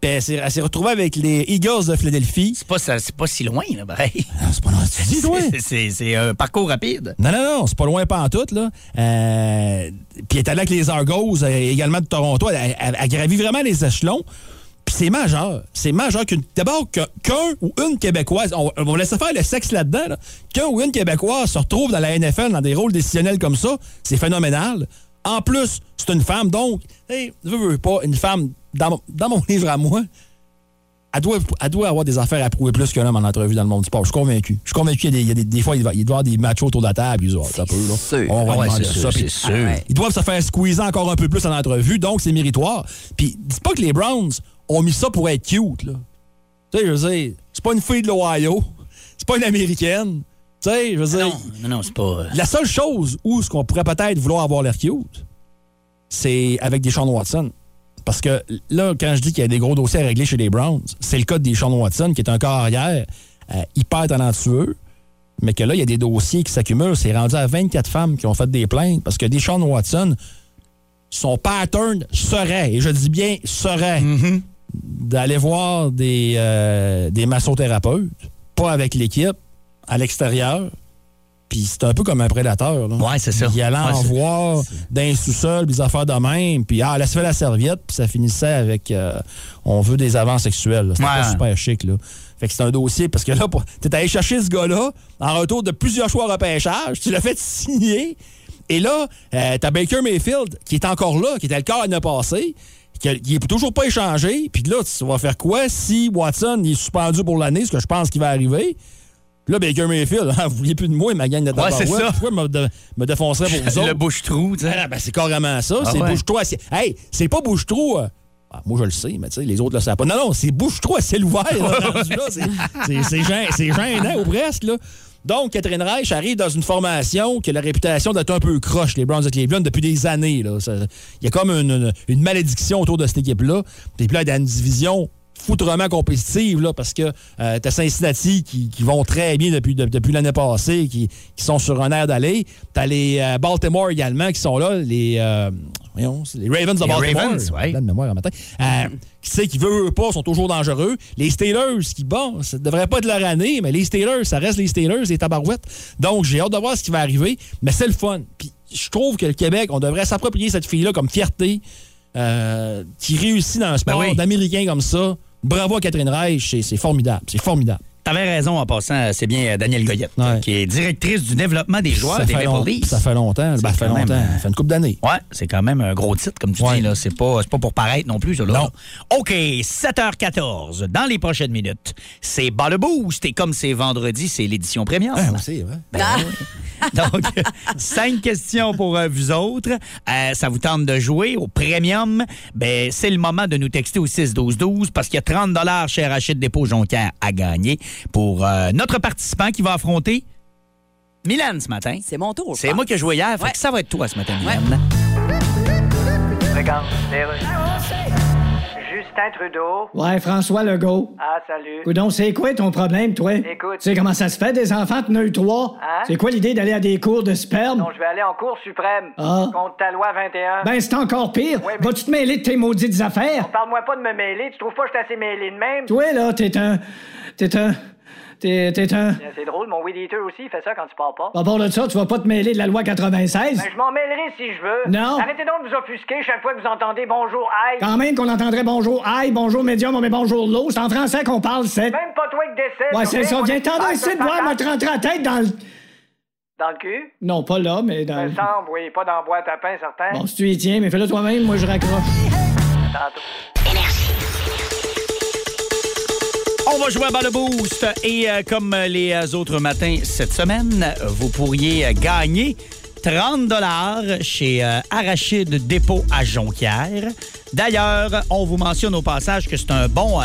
Speaker 5: Puis elle s'est elle s'est retrouvée avec les Eagles de Philadelphie.
Speaker 4: C'est pas, ça- c'est pas si loin, là, pareil.
Speaker 5: Ah, C'est pas long, tu dis, toi.
Speaker 4: C'est- C'est c'est un parcours rapide.
Speaker 5: Non, non, non, c'est pas loin pas en tout, là. Euh, puis elle est allée avec les Argos, euh, également de Toronto. Elle, elle- elle gravit vraiment les échelons. Puis c'est majeur. C'est majeur qu'une. D'abord, que- qu'un ou une Québécoise, on, on va laisser faire le sexe là-dedans, là. qu'un ou une Québécoise se retrouve dans la NFL dans des rôles décisionnels comme ça, c'est phénoménal. En plus, c'est une femme, donc, hey, veux, veux pas, une femme, dans, mon- dans mon livre à moi, elle doit, elle doit avoir des affaires à prouver plus qu'un homme en entrevue dans le monde du sport. Je suis convaincu. Je suis convaincu qu'il y a des, il y a des- des fois, il, va- il doit y avoir des matchs autour de la table. Ils disent, Ah, ça peut, là.
Speaker 6: sûr.
Speaker 5: On va
Speaker 4: Ouais,
Speaker 5: demander
Speaker 4: c'est
Speaker 5: ça.
Speaker 4: sûr,
Speaker 5: Puis- ah,
Speaker 4: c'est sûr.
Speaker 5: Ils doivent se faire squeezer encore un peu plus en entrevue, donc c'est méritoire. Puis, dis pas que les Browns ont mis ça pour être cute, là. Tu sais, je veux dire, c'est pas une fille de l'Ohio. C'est pas une Américaine. Tu sais, je veux dire,
Speaker 4: Ah Non, non, non, c'est pas.
Speaker 5: la seule chose où ce qu'on pourrait peut-être vouloir avoir l'air cute, c'est avec des Sean Watson. Parce que là, quand je dis qu'il y a des gros dossiers à régler chez les Browns, c'est le cas des Sean Watson, qui est un carrière euh, hyper talentueux, mais que là, il y a des dossiers qui s'accumulent. C'est rendu à 24 femmes qui ont fait des plaintes parce que des Sean Watson, son pattern serait, et je dis bien serait,
Speaker 4: Mhm.
Speaker 5: d'aller voir des, euh, des massothérapeutes, pas avec l'équipe, à l'extérieur. Puis c'est un peu comme un prédateur. Là.
Speaker 4: Ouais, c'est ça.
Speaker 5: Il allait
Speaker 4: Ouais,
Speaker 5: en
Speaker 4: c'est-
Speaker 5: voir d'un sous-sol, des affaires de même. Puis ah, laisse faire la serviette, puis ça finissait avec euh, on veut des avants sexuels. là. C'était
Speaker 4: Ouais.
Speaker 5: pas super chic. Là. Fait que c'est un dossier parce que là, pour- t'es allé chercher ce gars-là en retour de plusieurs choix repêchage. Tu l'as fait signer. Et là, euh, t'as Baker Mayfield qui est encore là, qui était le corps l'année passée, qui a- qui est toujours pas échangé. Puis là, tu vas faire quoi si Watson il est suspendu pour l'année, ce que je pense qu'il va arriver? Puis Là, Baker Mayfield, hein, vous vouliez plus de moi, il m'a gagné de
Speaker 4: Ouais, c'est ça.
Speaker 5: Pourquoi me, de- me défoncerait pour vous autres?
Speaker 4: euh, Le bouche-trou, tu sais.
Speaker 5: Ah, ben, c'est carrément ça.
Speaker 4: Ah
Speaker 5: c'est
Speaker 4: ouais.
Speaker 5: bouche-trou à ciel. Hey, c'est pas bouche-trou. euh, ah, moi, je le sais, mais tu sais, les autres le savent pas. Non, non, c'est bouche-trou à ciel ouvert. là, rendu là. C'est- c'est- C'est gên- c'est gênant ou presque, là. Donc, Catherine Reich arrive dans une formation qui a la réputation d'être un peu croche, les Browns de Cleveland, depuis des années. là. Ça- Il y a comme une, une- une malédiction autour de cette équipe-là. Puis là, elle est dans une division foutrement compétitive, là, parce que euh, t'as Cincinnati qui, qui vont très bien depuis, de- depuis l'année passée, qui, qui sont sur un air d'aller. T'as les euh, Baltimore également qui sont là, les, euh, voyons, c'est les Ravens de
Speaker 4: Les
Speaker 5: Baltimore.
Speaker 4: Ravens, ouais.
Speaker 5: Plein de mémoire en matin. Euh,
Speaker 4: Mm-hmm.
Speaker 5: qui sait qui veut, veut pas, sont toujours dangereux. Les Steelers, qui, bon, ça devrait pas être leur année, mais les Steelers, ça reste les Steelers, les tabarouettes. Donc, j'ai hâte de voir ce qui va arriver, mais c'est le fun. Puis, je trouve que le Québec, on devrait s'approprier cette fille-là comme fierté, euh, qui réussit dans un sport
Speaker 4: Ben oui.
Speaker 5: d'Américain comme ça. Bravo à Catherine Reich, c'est- c'est formidable, c'est formidable.
Speaker 4: T'avais raison en passant, c'est bien euh, Daniel Goyette,
Speaker 5: Ouais.
Speaker 4: qui est directrice du développement des joueurs
Speaker 5: ça,
Speaker 4: des
Speaker 5: fait long-
Speaker 4: Maple Leafs.
Speaker 5: ça fait longtemps, ben, ça fait
Speaker 4: quand même,
Speaker 5: longtemps, ça fait une couple d'années.
Speaker 4: Ouais, c'est quand même un gros titre, comme tu
Speaker 5: Ouais.
Speaker 4: dis. là. C'est pas, c'est pas pour paraître non plus, ça, là.
Speaker 5: Non.
Speaker 4: OK, 7h14. Dans les prochaines minutes, c'est Bas le Boost. Et comme c'est vendredi, c'est l'édition première.
Speaker 5: Ah, c'est
Speaker 4: ben
Speaker 5: vrai.
Speaker 4: Donc, cinq questions pour euh, vous autres. Euh, ça vous tente de jouer au premium? Ben, c'est le moment de nous texter au 6-12-12 parce qu'il y a 30 chez Rachid Dépôt Jonquière à gagner pour euh, notre participant qui va affronter Milan ce matin.
Speaker 6: C'est mon tour. je
Speaker 4: C'est
Speaker 6: pense.
Speaker 4: moi qui ai joué hier, fait
Speaker 6: Ah. Ouais.
Speaker 4: que ça va être toi ce matin,
Speaker 6: Ouais.
Speaker 4: Mylène.
Speaker 11: Justin Trudeau.
Speaker 10: Ouais, François Legault.
Speaker 11: Ah, salut.
Speaker 10: Coudon, c'est quoi ton problème, toi?
Speaker 11: Écoute.
Speaker 10: Tu sais comment ça se fait, des enfants, t'en as eu trois?
Speaker 11: Hein?
Speaker 10: C'est quoi l'idée d'aller à des cours de sperme?
Speaker 11: Non, je vais aller en Cour suprême
Speaker 10: Ah.
Speaker 11: contre ta loi 21.
Speaker 10: Ben, c'est encore pire.
Speaker 11: Ouais, mais-
Speaker 10: Vas-tu te mêler de tes maudites affaires?
Speaker 11: Parle-moi pas de me mêler. Tu trouves pas que je suis assez mêlé de même?
Speaker 10: Toi, là, t'es un... T'es un... T'es t'es un...
Speaker 11: Tiens, C'est drôle, mon Weed Eater aussi, il fait ça quand tu pars pas.
Speaker 10: À part de ça, tu vas pas te mêler de la loi 96?
Speaker 11: Ben, je m'en mêlerai si je veux.
Speaker 10: Non.
Speaker 11: Arrêtez donc de vous offusquer chaque fois que vous entendez bonjour, aïe.
Speaker 10: Quand même qu'on entendrait bonjour aïe, bonjour médium, mais bonjour l'eau. C'est en français qu'on parle, c'est...
Speaker 11: Même pas toi qui décède.
Speaker 10: Ouais, c'est
Speaker 11: ok?
Speaker 10: ça.
Speaker 11: On
Speaker 10: Viens
Speaker 11: est-
Speaker 10: t'en
Speaker 11: Ah,
Speaker 10: vas
Speaker 11: je
Speaker 10: ici
Speaker 11: te
Speaker 10: de voir,
Speaker 11: parle.
Speaker 10: m'a te rentrer la tête dans le...
Speaker 11: Dans le cul?
Speaker 10: Non, pas là, mais dans
Speaker 11: Ça
Speaker 10: le...
Speaker 11: me semble, oui. Pas dans la boîte à pain, certain.
Speaker 10: Bon, si tu y tiens, mais fais-le toi-même, moi je raccroche.
Speaker 11: Tantôt.
Speaker 4: On va jouer à Balle Boost. Et euh, comme les euh, autres matins cette semaine, euh, vous pourriez euh, gagner 30 chez euh, Arachide Dépôt à Jonquière. D'ailleurs, on vous mentionne au passage que c'est un bon, euh,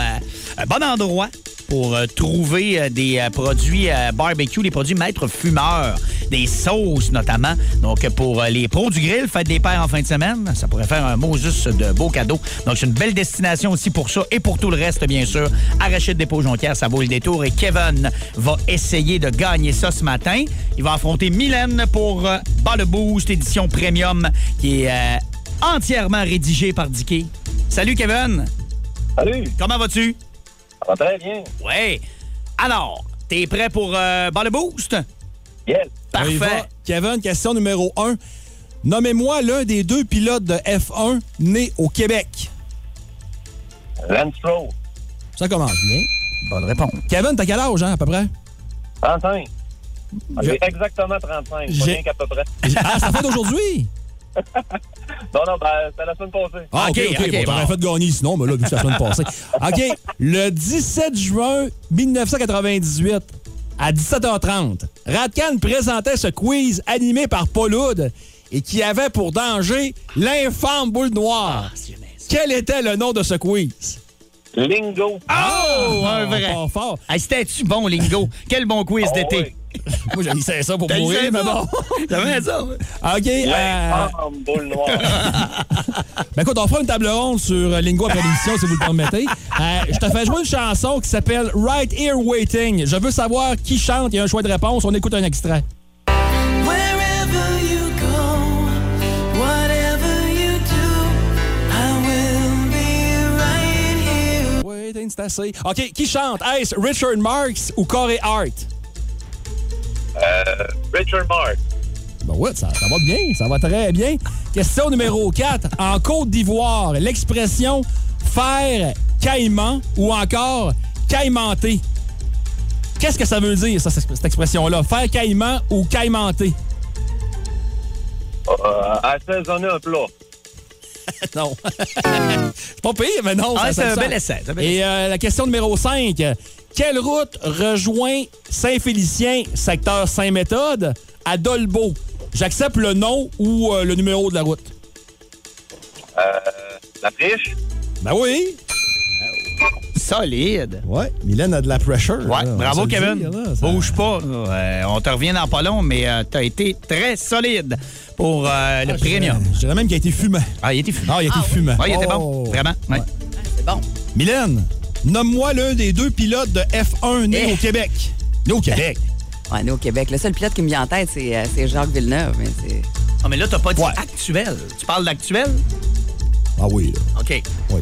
Speaker 4: un bon endroit pour euh, trouver euh, des euh, produits euh, barbecue, des produits maîtres fumeurs, des sauces notamment. Donc, euh, pour euh, les pros du grill, faites des pères en fin de semaine, ça pourrait faire un Moses de beaux cadeaux. Donc, c'est une belle destination aussi pour ça et pour tout le reste, bien sûr. Arachide Dépôt Jonquière, ça vaut le détour et Kevin va essayer de gagner ça ce matin. Il va affronter Mylène pour euh, Bas le Boost, édition premium, qui est euh, entièrement rédigée par Dicky. Salut, Kevin!
Speaker 12: Salut,
Speaker 4: Comment vas-tu?
Speaker 12: ça va très bien.
Speaker 4: Ouais. Alors, t'es prêt pour euh, Bas le Boost?
Speaker 12: Yes.
Speaker 5: On y
Speaker 4: Parfait.
Speaker 5: va. Kevin, question numéro 1. Nommez-moi l'un des deux pilotes de F1 nés au Québec.
Speaker 12: Lance Stroll,
Speaker 5: Ça commence bien.
Speaker 4: Bonne réponse.
Speaker 5: Kevin, t'as quel âge, hein, à peu près?
Speaker 12: 35. Ah,
Speaker 5: Je-
Speaker 12: J'ai exactement 35,
Speaker 5: J'ai-
Speaker 12: pas rien qu'à peu près.
Speaker 5: Ah, ça fait d'aujourd'hui?
Speaker 12: Non, non, ben, c'était la semaine passée.
Speaker 5: Ah, OK,
Speaker 4: OK,
Speaker 5: OK.
Speaker 4: OK,
Speaker 5: bon, t'aurais
Speaker 4: bon.
Speaker 5: fait gagner sinon, mais là, vu que c'est la semaine passée. OK, le 17 juin 1998, à 17h30, Radcan présentait ce quiz animé par Paul Hood et qui avait pour danger l'infâme boule
Speaker 4: Ah,
Speaker 5: noire. Quel était le nom de ce quiz?
Speaker 12: Lingo.
Speaker 4: Oh,
Speaker 5: Ah,
Speaker 4: un vrai.
Speaker 5: Pas fort.
Speaker 4: Hey, C'était-tu bon, Lingo? Quel bon quiz
Speaker 12: Ah,
Speaker 4: d'été.
Speaker 12: ouais.
Speaker 5: Moi, j'haïssais ça pour
Speaker 4: T'as
Speaker 5: mourir,
Speaker 4: essayé
Speaker 5: mais
Speaker 4: ça? Ah.
Speaker 5: bon.
Speaker 4: T'avais raison.
Speaker 5: OK. euh,
Speaker 12: L'infâme boule noire.
Speaker 5: Ben écoute, on fera une table ronde sur euh, Lingo après l'émission, si vous le permettez. Euh, je te fais jouer une chanson qui s'appelle Right Here Waiting. Je veux savoir qui chante. Il y a un choix de réponse. On écoute un extrait. Waiting, c'est assez. OK, qui chante? Est-ce Richard Marx ou Corey Hart?
Speaker 12: Euh, Richard Mark.
Speaker 5: Ben ouais, ça, ça va bien, ça va très bien. Question numéro 4. En Côte d'Ivoire, l'expression faire caïman ou encore caïmenter. Qu'est-ce que ça veut dire, ça, cette cette expression-là? Faire caïman ou caïmenter?
Speaker 12: Euh, assaisonner un plat.
Speaker 5: Non. c'est pas pire, mais non.
Speaker 4: Ah,
Speaker 5: ça-
Speaker 4: c'est
Speaker 5: ça-
Speaker 4: un
Speaker 5: ça-
Speaker 4: bel essai, c'est un bel
Speaker 5: Et euh, la question numéro 5. Quelle route rejoint Saint-Félicien, secteur Saint-Méthode, à Dolbeau? J'accepte le nom ou euh, le numéro de la route.
Speaker 12: Euh, la friche.
Speaker 5: Ben oui.
Speaker 4: solide.
Speaker 5: Ouais, Mylène a de la pressure.
Speaker 4: Ouais,
Speaker 5: là, on
Speaker 4: bravo
Speaker 5: va se le
Speaker 4: Kevin.
Speaker 5: dire, là, hein, ça-
Speaker 4: Bouge pas. Euh, on te revient dans pas long, mais euh, t'as été très solide pour euh, le premium.
Speaker 5: Ah, Je dirais même qu'il a été fumé.
Speaker 4: Ah, il était fumé.
Speaker 5: Ah, il était fumé.
Speaker 4: Ouais, il était
Speaker 5: Oh.
Speaker 4: bon. Vraiment. ouais.
Speaker 6: C'est bon.
Speaker 5: Mylène, nomme-moi l'un des deux pilotes de F1 nés
Speaker 6: Eh.
Speaker 5: au Québec. Né au Québec.
Speaker 6: Ouais, né au Québec. Le seul pilote qui me vient en tête, c'est euh, c'est Jacques Villeneuve. Mais c'est...
Speaker 4: Ah, mais là, t'as pas dit actuel. Tu parles d'actuel? Eh.
Speaker 5: Ah oui, là.
Speaker 4: OK.
Speaker 5: Oui.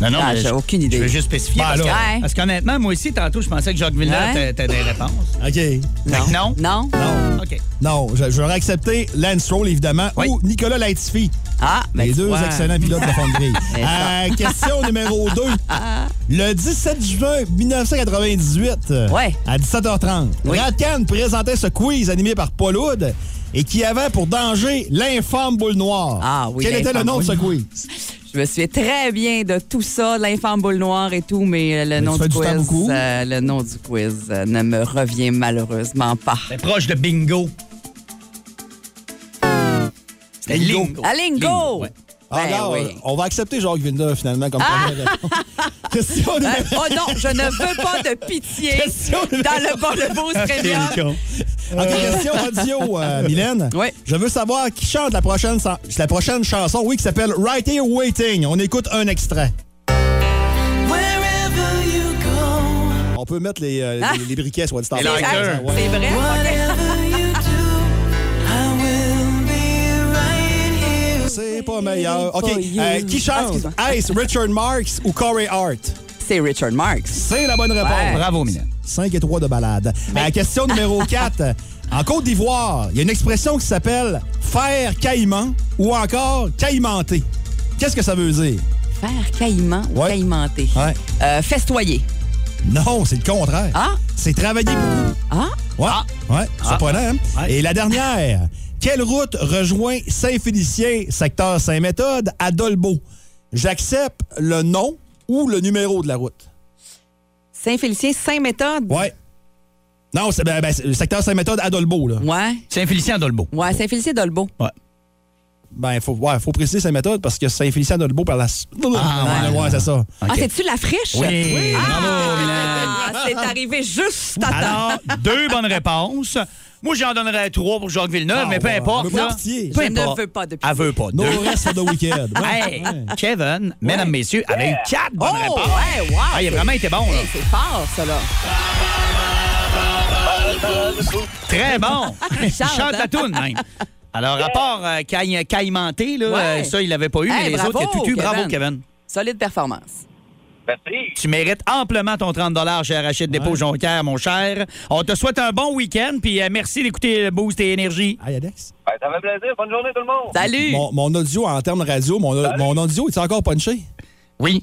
Speaker 4: Non, non,
Speaker 6: Ah,
Speaker 4: mais
Speaker 6: j'ai
Speaker 4: je-
Speaker 6: aucune idée.
Speaker 4: Je veux juste spécifier.
Speaker 6: Ben
Speaker 4: parce, que-
Speaker 6: là. Ouais.
Speaker 4: parce qu'honnêtement, moi aussi, tantôt, je pensais que Jacques Villeneuve,
Speaker 6: Ouais.
Speaker 4: t'a- t'as des réponses.
Speaker 5: OK.
Speaker 4: Fait que non?
Speaker 6: Non?
Speaker 5: Non.
Speaker 4: OK.
Speaker 5: Non, je- j'aurais accepté Lance Stroll, évidemment, ou Nicolas Lightsfi.
Speaker 6: Ah, ben,
Speaker 5: Les
Speaker 6: tu
Speaker 5: deux
Speaker 6: vois.
Speaker 5: excellents pilotes de fond de grille.
Speaker 6: Mais ça.
Speaker 5: Euh, question numéro 2. Le 17 juin 1998, euh,
Speaker 6: Ouais.
Speaker 5: à 17h30,
Speaker 6: Oui.
Speaker 5: Radcan présentait ce quiz animé par Paul Hood et qui avait pour danger l'infâme boule noire.
Speaker 6: Ah oui,
Speaker 5: Quel était le
Speaker 6: l'infâme
Speaker 5: nom de ce
Speaker 6: boule
Speaker 5: quiz?
Speaker 6: Je me souviens très bien de tout ça, de l'infâme boule noire et tout, mais euh, le, nom du
Speaker 5: tu fais du temps
Speaker 6: quiz,
Speaker 5: beaucoup.
Speaker 6: euh, le nom du quiz euh, ne me revient malheureusement pas.
Speaker 4: C'est proche de bingo. C'était
Speaker 5: Lingo.
Speaker 4: lingo.
Speaker 6: À lingo!
Speaker 4: ouais.
Speaker 5: Ah,
Speaker 6: Ben
Speaker 5: non,
Speaker 6: oui.
Speaker 5: On va accepter Jacques Villeneuve, finalement, comme première réponse. Question
Speaker 6: Euh,
Speaker 5: numéro
Speaker 6: oh non, je ne veux pas de pitié
Speaker 5: Question Ah,
Speaker 6: dans le bord de Beauce Premium.
Speaker 5: OK, question audio, euh, Mylène.
Speaker 6: Oui.
Speaker 5: Je veux savoir qui chante la prochaine, san- la prochaine chanson, oui, qui s'appelle Right Here Waiting. On écoute un extrait. On peut mettre les, euh,
Speaker 6: Ah.
Speaker 5: les, les briquets, soit dit en
Speaker 4: Les
Speaker 5: passant.
Speaker 4: lighters.
Speaker 5: Ouais.
Speaker 6: C'est vrai?
Speaker 5: C'est pas meilleur. OK,
Speaker 6: For you.
Speaker 5: euh, qui
Speaker 6: Ah,
Speaker 5: chante?
Speaker 6: excuse-moi.
Speaker 5: Ice, Richard Marks ou Corey Hart?
Speaker 6: C'est Richard Marks.
Speaker 5: C'est la bonne réponse.
Speaker 6: Ouais.
Speaker 4: Oh, Bravo, Mylène.
Speaker 5: 5 et 3 de balade. Euh, question numéro 4. En Côte d'Ivoire, il y a une expression qui s'appelle faire caïman ou encore caïmanté. Qu'est-ce que ça veut dire?
Speaker 6: Faire caïman ou
Speaker 5: Ouais.
Speaker 6: caïmanté.
Speaker 5: Ouais.
Speaker 6: Euh, festoyer.
Speaker 5: Non, c'est le contraire.
Speaker 6: Ah?
Speaker 5: C'est travailler beaucoup.
Speaker 6: Ah?
Speaker 5: Ouais. Ouais, surprenant, hein?
Speaker 4: Ouais.
Speaker 5: Et la dernière. Quelle route rejoint Saint-Félicien, secteur Saint-Méthode, à Dolbeau? J'accepte le nom ou le numéro de la route.
Speaker 6: Saint-Félicien, Saint-Méthode.
Speaker 5: Ouais. Non, c'est ben, ben, c'est le secteur Saint-Méthode à Dolbeau, là.
Speaker 6: Ouais.
Speaker 4: Saint-Félicien Dolbeau.
Speaker 6: Ouais, Saint-Félicien Dolbeau.
Speaker 5: Ben, faut, ouais, faut préciser Saint-Méthode parce que Saint-Félicien de Dolbeau par la. Ah, ouais, c'est ça.
Speaker 6: Ah, c'est-tu la friche?
Speaker 4: Oui, bravo, Mylène.
Speaker 6: Ah, c'est arrivé juste à temps.
Speaker 4: Alors, deux bonnes réponses. Moi, j'en donnerais trois pour Jacques Villeneuve,
Speaker 5: Ah,
Speaker 4: mais peu
Speaker 5: ouais,
Speaker 4: importe.
Speaker 5: mais pas
Speaker 4: là.
Speaker 5: de pitié.
Speaker 4: Peu
Speaker 6: Je ne
Speaker 4: importe.
Speaker 6: veux pas de pitié.
Speaker 4: Elle veut pas. Ah,
Speaker 5: No
Speaker 4: Deux.
Speaker 5: rest for the weekend. Ouais.
Speaker 4: Hey, Kevin, mesdames, messieurs, avait eu quatre bonnes
Speaker 6: Oh,
Speaker 4: réponses.
Speaker 6: ouais, wow.
Speaker 4: Ah, il a vraiment été bon, là.
Speaker 6: Hey, c'est fort, ça, là.
Speaker 4: Très bon.
Speaker 6: Il
Speaker 4: Il
Speaker 6: chante,
Speaker 4: chante la
Speaker 6: hein?
Speaker 4: toune, même. Alors, rapport euh, caï- caïmanté, là,
Speaker 6: Ouais.
Speaker 4: euh, ça, il l'avait pas eu, mais
Speaker 6: Hey,
Speaker 4: les autres, il y a
Speaker 6: bravo,
Speaker 4: tout eu. Bravo,
Speaker 6: Kevin.
Speaker 4: Kevin.
Speaker 6: Solide performance.
Speaker 12: Merci.
Speaker 4: Tu mérites amplement ton 30 chez Rachid Dépôt Jonquière, mon cher. On te souhaite un bon week-end, puis euh, merci d'écouter le Boost et Énergie.
Speaker 5: Hey, Alex.
Speaker 12: Ben, ça fait plaisir. Bonne journée, tout le monde.
Speaker 6: Salut!
Speaker 5: Mon, mon audio en termes radio, mon, mon audio est encore punché?
Speaker 4: Oui.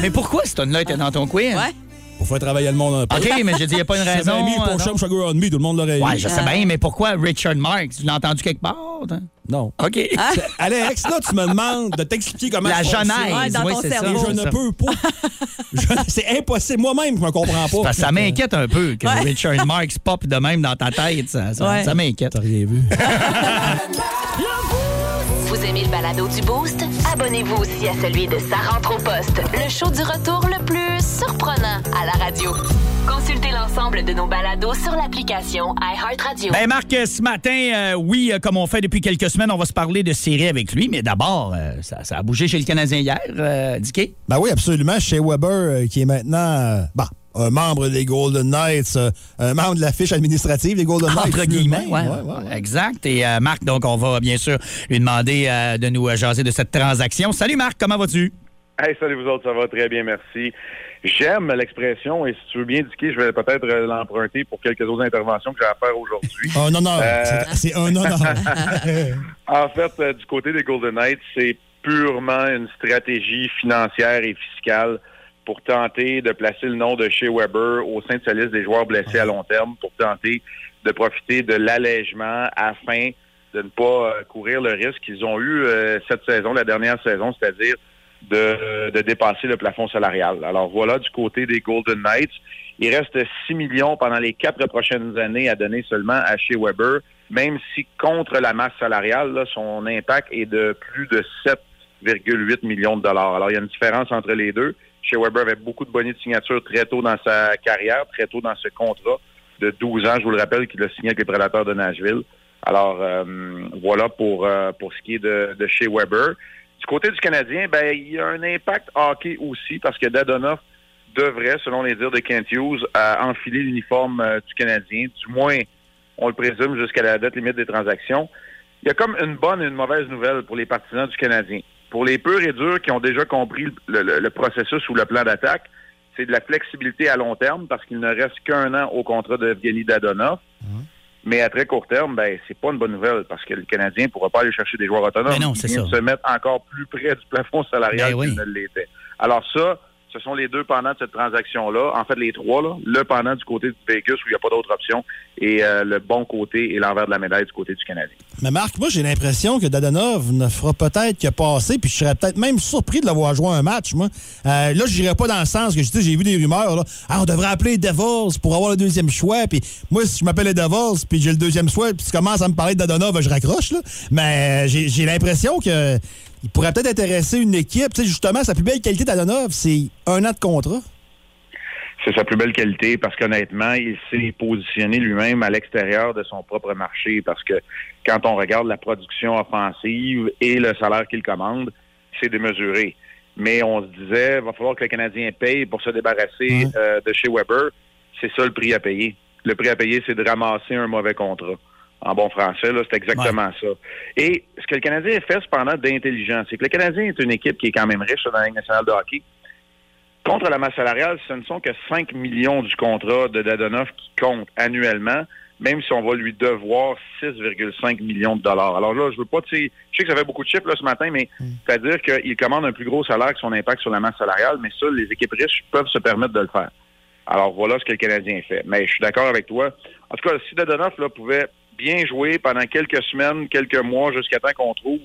Speaker 4: Mais pourquoi ce tonne-là était dans ton quiz?
Speaker 6: Ouais.
Speaker 5: Pour faire travailler le monde un peu.
Speaker 4: OK, mais je dis, il n'y a pas une
Speaker 5: J'avais
Speaker 4: raison.
Speaker 5: mis
Speaker 4: euh,
Speaker 5: pour
Speaker 4: non?
Speaker 5: Chum Sugar on Me, tout le monde l'aurait eu.
Speaker 4: Ouais, je sais bien, mais pourquoi Richard Marx? Tu l'as entendu quelque part? hein?
Speaker 5: Non.
Speaker 6: Ah.
Speaker 4: OK.
Speaker 5: Alex, là, tu me demandes de t'expliquer comment
Speaker 4: La
Speaker 5: ça fonctionne.
Speaker 6: Ouais,
Speaker 4: genèse.
Speaker 6: dans
Speaker 4: oui,
Speaker 6: ton
Speaker 4: c'est ça.
Speaker 5: Et
Speaker 6: cerveau.
Speaker 5: je ne peux pas. Je- C'est impossible. Moi-même, je me comprends pas.
Speaker 4: Parce que ça m'inquiète un peu que
Speaker 6: Oh, Ouais.
Speaker 4: Richard Marx pop de même dans ta tête. Ça, ça-
Speaker 6: Ouais.
Speaker 4: ça m'inquiète.
Speaker 5: T'as rien vu.
Speaker 3: Vous aimez le balado du Boost? Abonnez-vous aussi à celui de Sa rentre au poste, le show du retour le plus surprenant à la radio. Consultez l'ensemble de nos balados sur l'application iHeartRadio.
Speaker 4: Ben Marc, euh, ce matin, euh, oui, euh, comme on fait depuis quelques semaines, on va se parler de série avec lui. Mais d'abord, euh, ça, ça a bougé chez le Canadien hier, euh, Dicky.
Speaker 5: Ben oui, absolument. Chez Weber, euh, qui est maintenant euh, bon, un membre des Golden Knights, euh, un membre de la fiche administrative des Golden Knights.
Speaker 4: Entre guillemets,
Speaker 5: lui-même.
Speaker 4: ouais,
Speaker 5: Ah, Ouais, ouais, ouais.
Speaker 4: exact. Et euh, Marc, donc, on va bien sûr lui demander euh, de nous euh, jaser de cette transaction. Salut Marc, comment vas-tu?
Speaker 12: Hey, salut vous autres, ça va très bien, merci. J'aime l'expression et si tu veux bien indiquer, je vais peut-être euh, l'emprunter pour quelques autres interventions que j'ai à faire aujourd'hui.
Speaker 5: Un honneur. C'est- C'est un honneur.
Speaker 12: En fait, euh, du côté des Golden Knights, c'est purement une stratégie financière et fiscale pour tenter de placer le nom de Shea Weber au sein de sa liste des joueurs blessés à long terme, pour tenter de profiter de l'allègement afin de ne pas euh, courir le risque qu'ils ont eu euh, cette saison, la dernière saison, c'est-à-dire de, de dépasser le plafond salarial. Alors voilà du côté des Golden Knights. Il reste 6 millions pendant les quatre prochaines années à donner seulement à Shea Weber. même si contre la masse salariale, là, son impact est de plus de 7,8 millions de dollars. Alors, il y a une différence entre les deux. Chez Weber avait beaucoup de bonnets de signature très tôt dans sa carrière, très tôt dans ce contrat de 12 ans, je vous le rappelle, qu'il a signé avec les Prédateurs de Nashville. Alors, euh, voilà pour, euh, pour ce qui est de, de chez Weber. Du côté du Canadien, ben, il y a un impact hockey aussi parce que Dadonoff devrait, selon les dires de Kent Hughes, euh, enfiler l'uniforme euh, du Canadien, du moins, on le présume, jusqu'à la date limite des transactions. Il y a comme une bonne et une mauvaise nouvelle pour les partisans du Canadien. Pour les purs et durs qui ont déjà compris le, le- le processus ou le plan d'attaque, c'est de la flexibilité à long terme parce qu'il ne reste qu'un an au contrat de Evgeny Dadonov.
Speaker 4: Mhm.
Speaker 12: Mais à très court terme, ben, c'est pas une bonne nouvelle parce que le Canadien ne pourra pas aller chercher des joueurs autonomes.
Speaker 4: Mais non,
Speaker 12: Il
Speaker 4: c'est
Speaker 12: vient
Speaker 4: ça.
Speaker 12: de se mettre encore plus près du plafond salarial
Speaker 4: Ben oui.
Speaker 12: qu'il ne l'était. Alors ça, ce sont les deux pendants de cette transaction-là. En fait, les trois, là. le pendant du côté de Vegas où il n'y a pas d'autre option et euh, le bon côté et l'envers de la médaille du côté du Canadien.
Speaker 13: Mais Marc, moi, j'ai l'impression que Dadonov ne fera peut-être que passer, puis je serais peut-être même surpris de l'avoir joué un match, moi. Euh, là, je n'irais pas dans le sens que je dis, j'ai vu des rumeurs, là. Ah, on devrait appeler Devils pour avoir le deuxième choix, puis moi, si je m'appelle Devils, puis j'ai le deuxième choix, puis tu commences à me parler de Dadonov, je raccroche, là. Mais euh, j'ai j'ai l'impression que il pourrait peut-être intéresser une équipe. Tu sais, justement, sa plus belle qualité Dadonov, c'est un an de contrat.
Speaker 12: C'est sa plus belle qualité parce qu'honnêtement, il s'est positionné lui-même à l'extérieur de son propre marché parce que quand on regarde la production offensive et le salaire qu'il commande, c'est démesuré. Mais on se disait, va falloir que le Canadien paye pour se débarrasser euh, de chez Weber. C'est ça le prix à payer. Le prix à payer, c'est de ramasser un mauvais contrat. En bon français, là, c'est exactement ça. Et ce que le Canadien fait cependant d'intelligent, c'est que le Canadien est une équipe qui est quand même riche là, dans la Ligue nationale de hockey. Contre la masse salariale, ce ne sont que 5 millions du contrat de Dadonoff qui compte annuellement, même si on va lui devoir 6,5 millions de dollars. Alors là, je veux pas, tu sais, je sais que ça fait beaucoup de chiffres là, ce matin, mais c'est-à-dire qu'il commande un plus gros salaire que son impact sur la masse salariale, mais ça, les équipes riches peuvent se permettre de le faire. Alors voilà ce que le Canadien fait. Mais je suis d'accord avec toi. En tout cas, si Dadonoff là, pouvait bien jouer pendant quelques semaines, quelques mois, jusqu'à temps qu'on trouve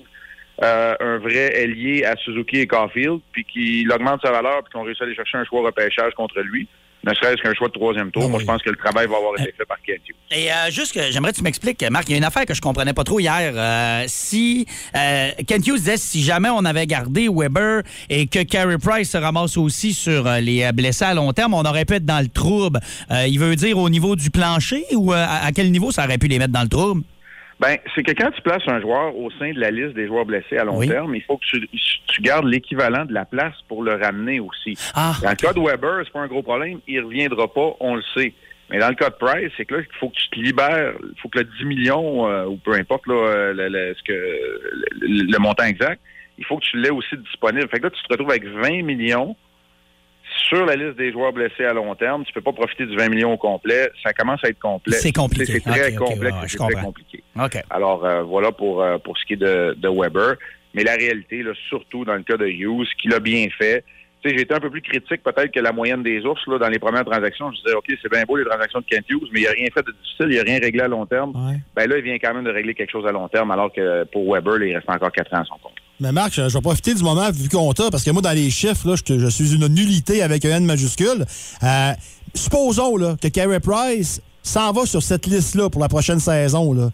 Speaker 12: euh, un vrai ailier à Suzuki et Caulfield, puis qu'il augmente sa valeur, puis qu'on réussit à aller chercher un choix repêchage contre lui, ne serait-ce qu'un choix de troisième tour. Moi, je pense que le travail va avoir été fait par Kent Hughes.
Speaker 4: Et euh, juste que j'aimerais que tu m'expliques, Marc, il y a une affaire que je comprenais pas trop hier. Euh, si euh, Kent Hughes disait si jamais on avait gardé Weber et que Carey Price se ramasse aussi sur euh, les euh, blessés à long terme, on aurait pu être dans le trouble. Euh, il veut dire au niveau du plancher ou euh, à à quel niveau ça aurait pu les mettre dans le trouble?
Speaker 12: Ben, c'est que quand tu places un joueur au sein de la liste des joueurs blessés à long
Speaker 4: Oui.
Speaker 12: terme, il faut que tu, tu gardes l'équivalent de la place pour le ramener aussi.
Speaker 4: Ah,
Speaker 12: dans le cas de Weber, c'est pas un gros problème, il reviendra pas, on le sait. Mais dans le cas de Price, c'est que là, il faut que tu te libères, il faut que le 10 millions, euh, ou peu importe là, euh, le, le- ce que, le- le montant exact, il faut que tu l'aies aussi disponible. Fait que là, tu te retrouves avec 20 millions sur la liste des joueurs blessés à long terme. Tu peux pas profiter du 20 millions au complet. Ça commence à être complexe.
Speaker 4: C'est
Speaker 12: C'est
Speaker 4: compliqué.
Speaker 12: très
Speaker 4: Ok, ok,
Speaker 12: complexe.
Speaker 4: ouais, ouais, je
Speaker 12: c'est très
Speaker 4: comprends.
Speaker 12: compliqué.
Speaker 4: OK.
Speaker 12: Alors, euh, voilà pour, euh, pour ce qui est de, de Weber. Mais la réalité, là, surtout dans le cas de Hughes, qu'il a bien fait. Tu sais, j'ai été un peu plus critique peut-être que la moyenne des ours là, dans les premières transactions. Je disais, OK, c'est bien beau les transactions de Kent Hughes, mais il n'y a rien fait de difficile, il n'y a rien réglé à long terme. Ben là, il vient quand même de régler quelque chose à long terme, alors que pour Weber, là, il reste encore quatre ans à son compte.
Speaker 13: Mais Marc, je je vais profiter du moment vu qu'on t'a, parce que moi, dans les chiffres, là, je, te- je suis une nullité avec un N majuscule. Euh, supposons là, que Carey Price s'en va sur cette liste-là pour la prochaine saison. là.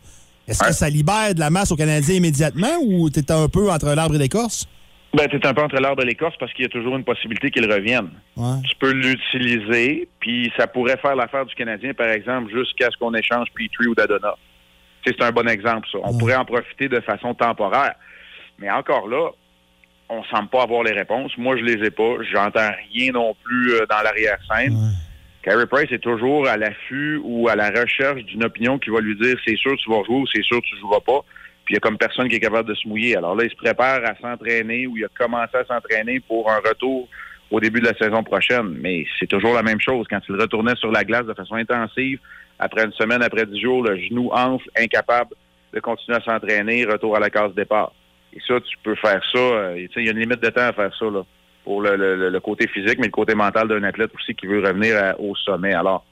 Speaker 13: Est-ce que ça libère de la masse aux Canadiens immédiatement ou t'es un peu entre l'arbre et l'écorce?
Speaker 12: Ben, tu es un peu entre l'arbre et l'écorce parce qu'il y a toujours une possibilité qu'il revienne.
Speaker 13: Ouais.
Speaker 12: Tu peux l'utiliser, puis ça pourrait faire l'affaire du Canadien, par exemple, jusqu'à ce qu'on échange Petrie ou Dadona. Tu sais, C'est un bon exemple, ça. On pourrait en profiter de façon temporaire. Mais encore là, on semble pas avoir les réponses. Moi, je les ai pas. J'entends rien non plus euh, dans l'arrière-scène. Carey Price est toujours à l'affût ou à la recherche d'une opinion qui va lui dire c'est sûr tu vas jouer ou c'est sûr tu joueras pas. Puis il y a comme personne qui est capable de se mouiller. Alors là, il se prépare à s'entraîner ou il a commencé à s'entraîner pour un retour au début de la saison prochaine. Mais c'est toujours la même chose. Quand il retournait sur la glace de façon intensive, après une semaine, après dix jours, le genou enfle, incapable de continuer à s'entraîner, retour à la case départ. Et ça, tu peux faire ça. euh, tu sais, Il y a une limite de temps à faire ça là, pour le, le- le côté physique, mais le côté mental d'un athlète aussi qui veut revenir à- au sommet. Alors,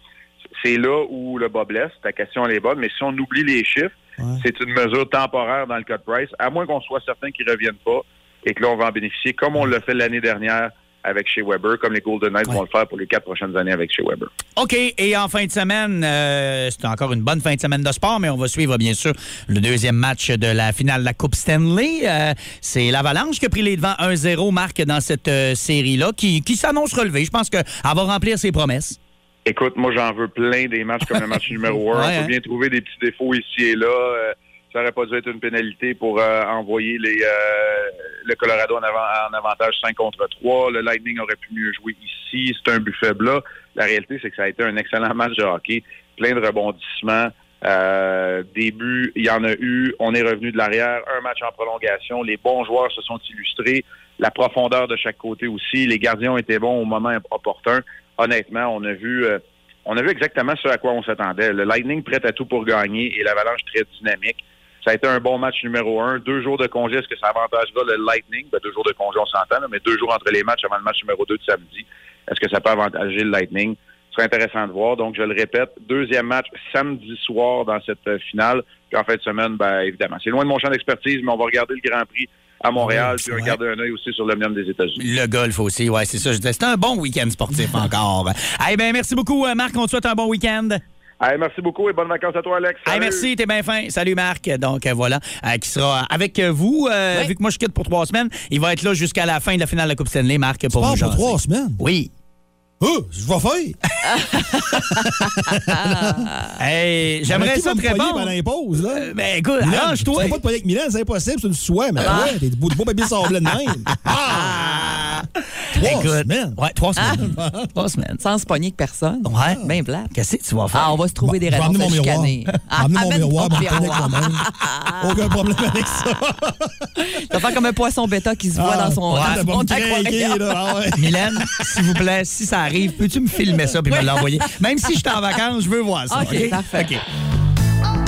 Speaker 12: c'est là où le bas blesse. Ta question, elle est bonne. Mais si on oublie les chiffres, c'est une mesure temporaire dans le cas de Price, à moins qu'on soit certain qu'il ne revienne pas et que là, on va en bénéficier, comme on l'a fait l'année dernière avec chez Weber, comme les Golden Knights vont le faire pour les quatre prochaines années avec chez Weber.
Speaker 4: OK, et en fin de semaine, euh, c'est encore une bonne fin de semaine de sport, mais on va suivre bien sûr le deuxième match de la finale de la Coupe Stanley. Euh, c'est l'Avalanche qui a pris les devants 1-0, Marc, dans cette euh, série-là, qui, qui s'annonce relevée. Je pense qu'elle va remplir ses promesses.
Speaker 12: Écoute, moi, j'en veux plein des matchs comme le match numéro 1.
Speaker 4: Ouais,
Speaker 12: On peut
Speaker 4: hein?
Speaker 12: bien trouver des petits défauts ici et là. Euh, ça n'aurait pas dû être une pénalité pour euh, envoyer les, euh, le Colorado en, avant- en avantage 5 contre 3. Le Lightning aurait pu mieux jouer ici. C'est un but faible là. La réalité, c'est que ça a été un excellent match de hockey. Plein de rebondissements. Euh, des buts, il y en a eu. On est revenu de l'arrière. Un match en prolongation. Les bons joueurs se sont illustrés. La profondeur de chaque côté aussi. Les gardiens ont été bons au moment opportun. Honnêtement, on a vu... euh, on a vu exactement ce à quoi on s'attendait. Le Lightning prête à tout pour gagner et l'Avalanche très dynamique. Ça a été un bon match numéro un. Deux jours de congé, est-ce que ça avantage-là le Lightning? Ben, deux jours de congé, on s'entend, là, mais deux jours entre les matchs avant le match numéro deux de samedi, est-ce que ça peut avantager le Lightning? Ce serait intéressant de voir. Donc, je le répète, deuxième match samedi soir dans cette euh, finale. Puis en fin de semaine, ben, évidemment. C'est loin de mon champ d'expertise, mais on va regarder le Grand Prix à Montréal, puis regarder un œil aussi sur l'Omnium des États-Unis.
Speaker 4: Le golf aussi, ouais, c'est ça. Je disais, c'est un bon week-end sportif encore. Eh bien, merci beaucoup, euh, Marc. On te souhaite un bon week-end.
Speaker 12: Allez, merci beaucoup et bonnes vacances à toi, Alex.
Speaker 4: Hey, merci, t'es bien fin. Salut Marc. Donc euh, voilà, euh, qui sera avec euh, vous. Euh, Vu que moi je quitte pour trois semaines, il va être là jusqu'à la fin de la finale de la Coupe Stanley, Marc, pour
Speaker 13: pars pour
Speaker 4: nous jaser.
Speaker 13: trois semaines?
Speaker 4: Oui.
Speaker 13: Oh, je vais faire.
Speaker 4: Hey, j'aimerais ça te répondre. Euh, ben, écoute, arrange-toi.
Speaker 13: Tu vas pas te pogner avec Milan, c'est impossible, c'est une souhait, mais
Speaker 4: Ah.
Speaker 13: ouais, t'es beau, beau papier sablé de même.
Speaker 4: Trois semaines. Ah, ben, Ouais, trois semaines. trois semaines.
Speaker 6: Sans se pogner que personne.
Speaker 4: Ouais.
Speaker 6: Bien
Speaker 4: ben,
Speaker 6: plat.
Speaker 4: Qu'est-ce que tu vas faire?
Speaker 6: Ah, on va se trouver des
Speaker 13: Je vais
Speaker 6: raisons
Speaker 13: amener
Speaker 6: de
Speaker 13: mon
Speaker 6: se
Speaker 13: miroir.
Speaker 6: chicaner. Ah,
Speaker 13: Amener mon
Speaker 6: amène ton
Speaker 4: ben,
Speaker 13: miroir, m'en connecte
Speaker 6: miroir.
Speaker 13: moi-même. Aucun problème avec ça.
Speaker 6: Ça fait comme un poisson bêta qui se voit
Speaker 13: Ah,
Speaker 6: dans son,
Speaker 13: ouais,
Speaker 6: dans
Speaker 13: ça va
Speaker 6: son
Speaker 13: me craquer,
Speaker 6: aquarium.
Speaker 13: là. Ah ouais.
Speaker 4: Mylène, s'il vous plaît, si ça arrive, peux-tu me filmer ça puis me l'envoyer? Même si je suis en vacances, je veux voir ça.
Speaker 6: OK, parfait.
Speaker 4: OK.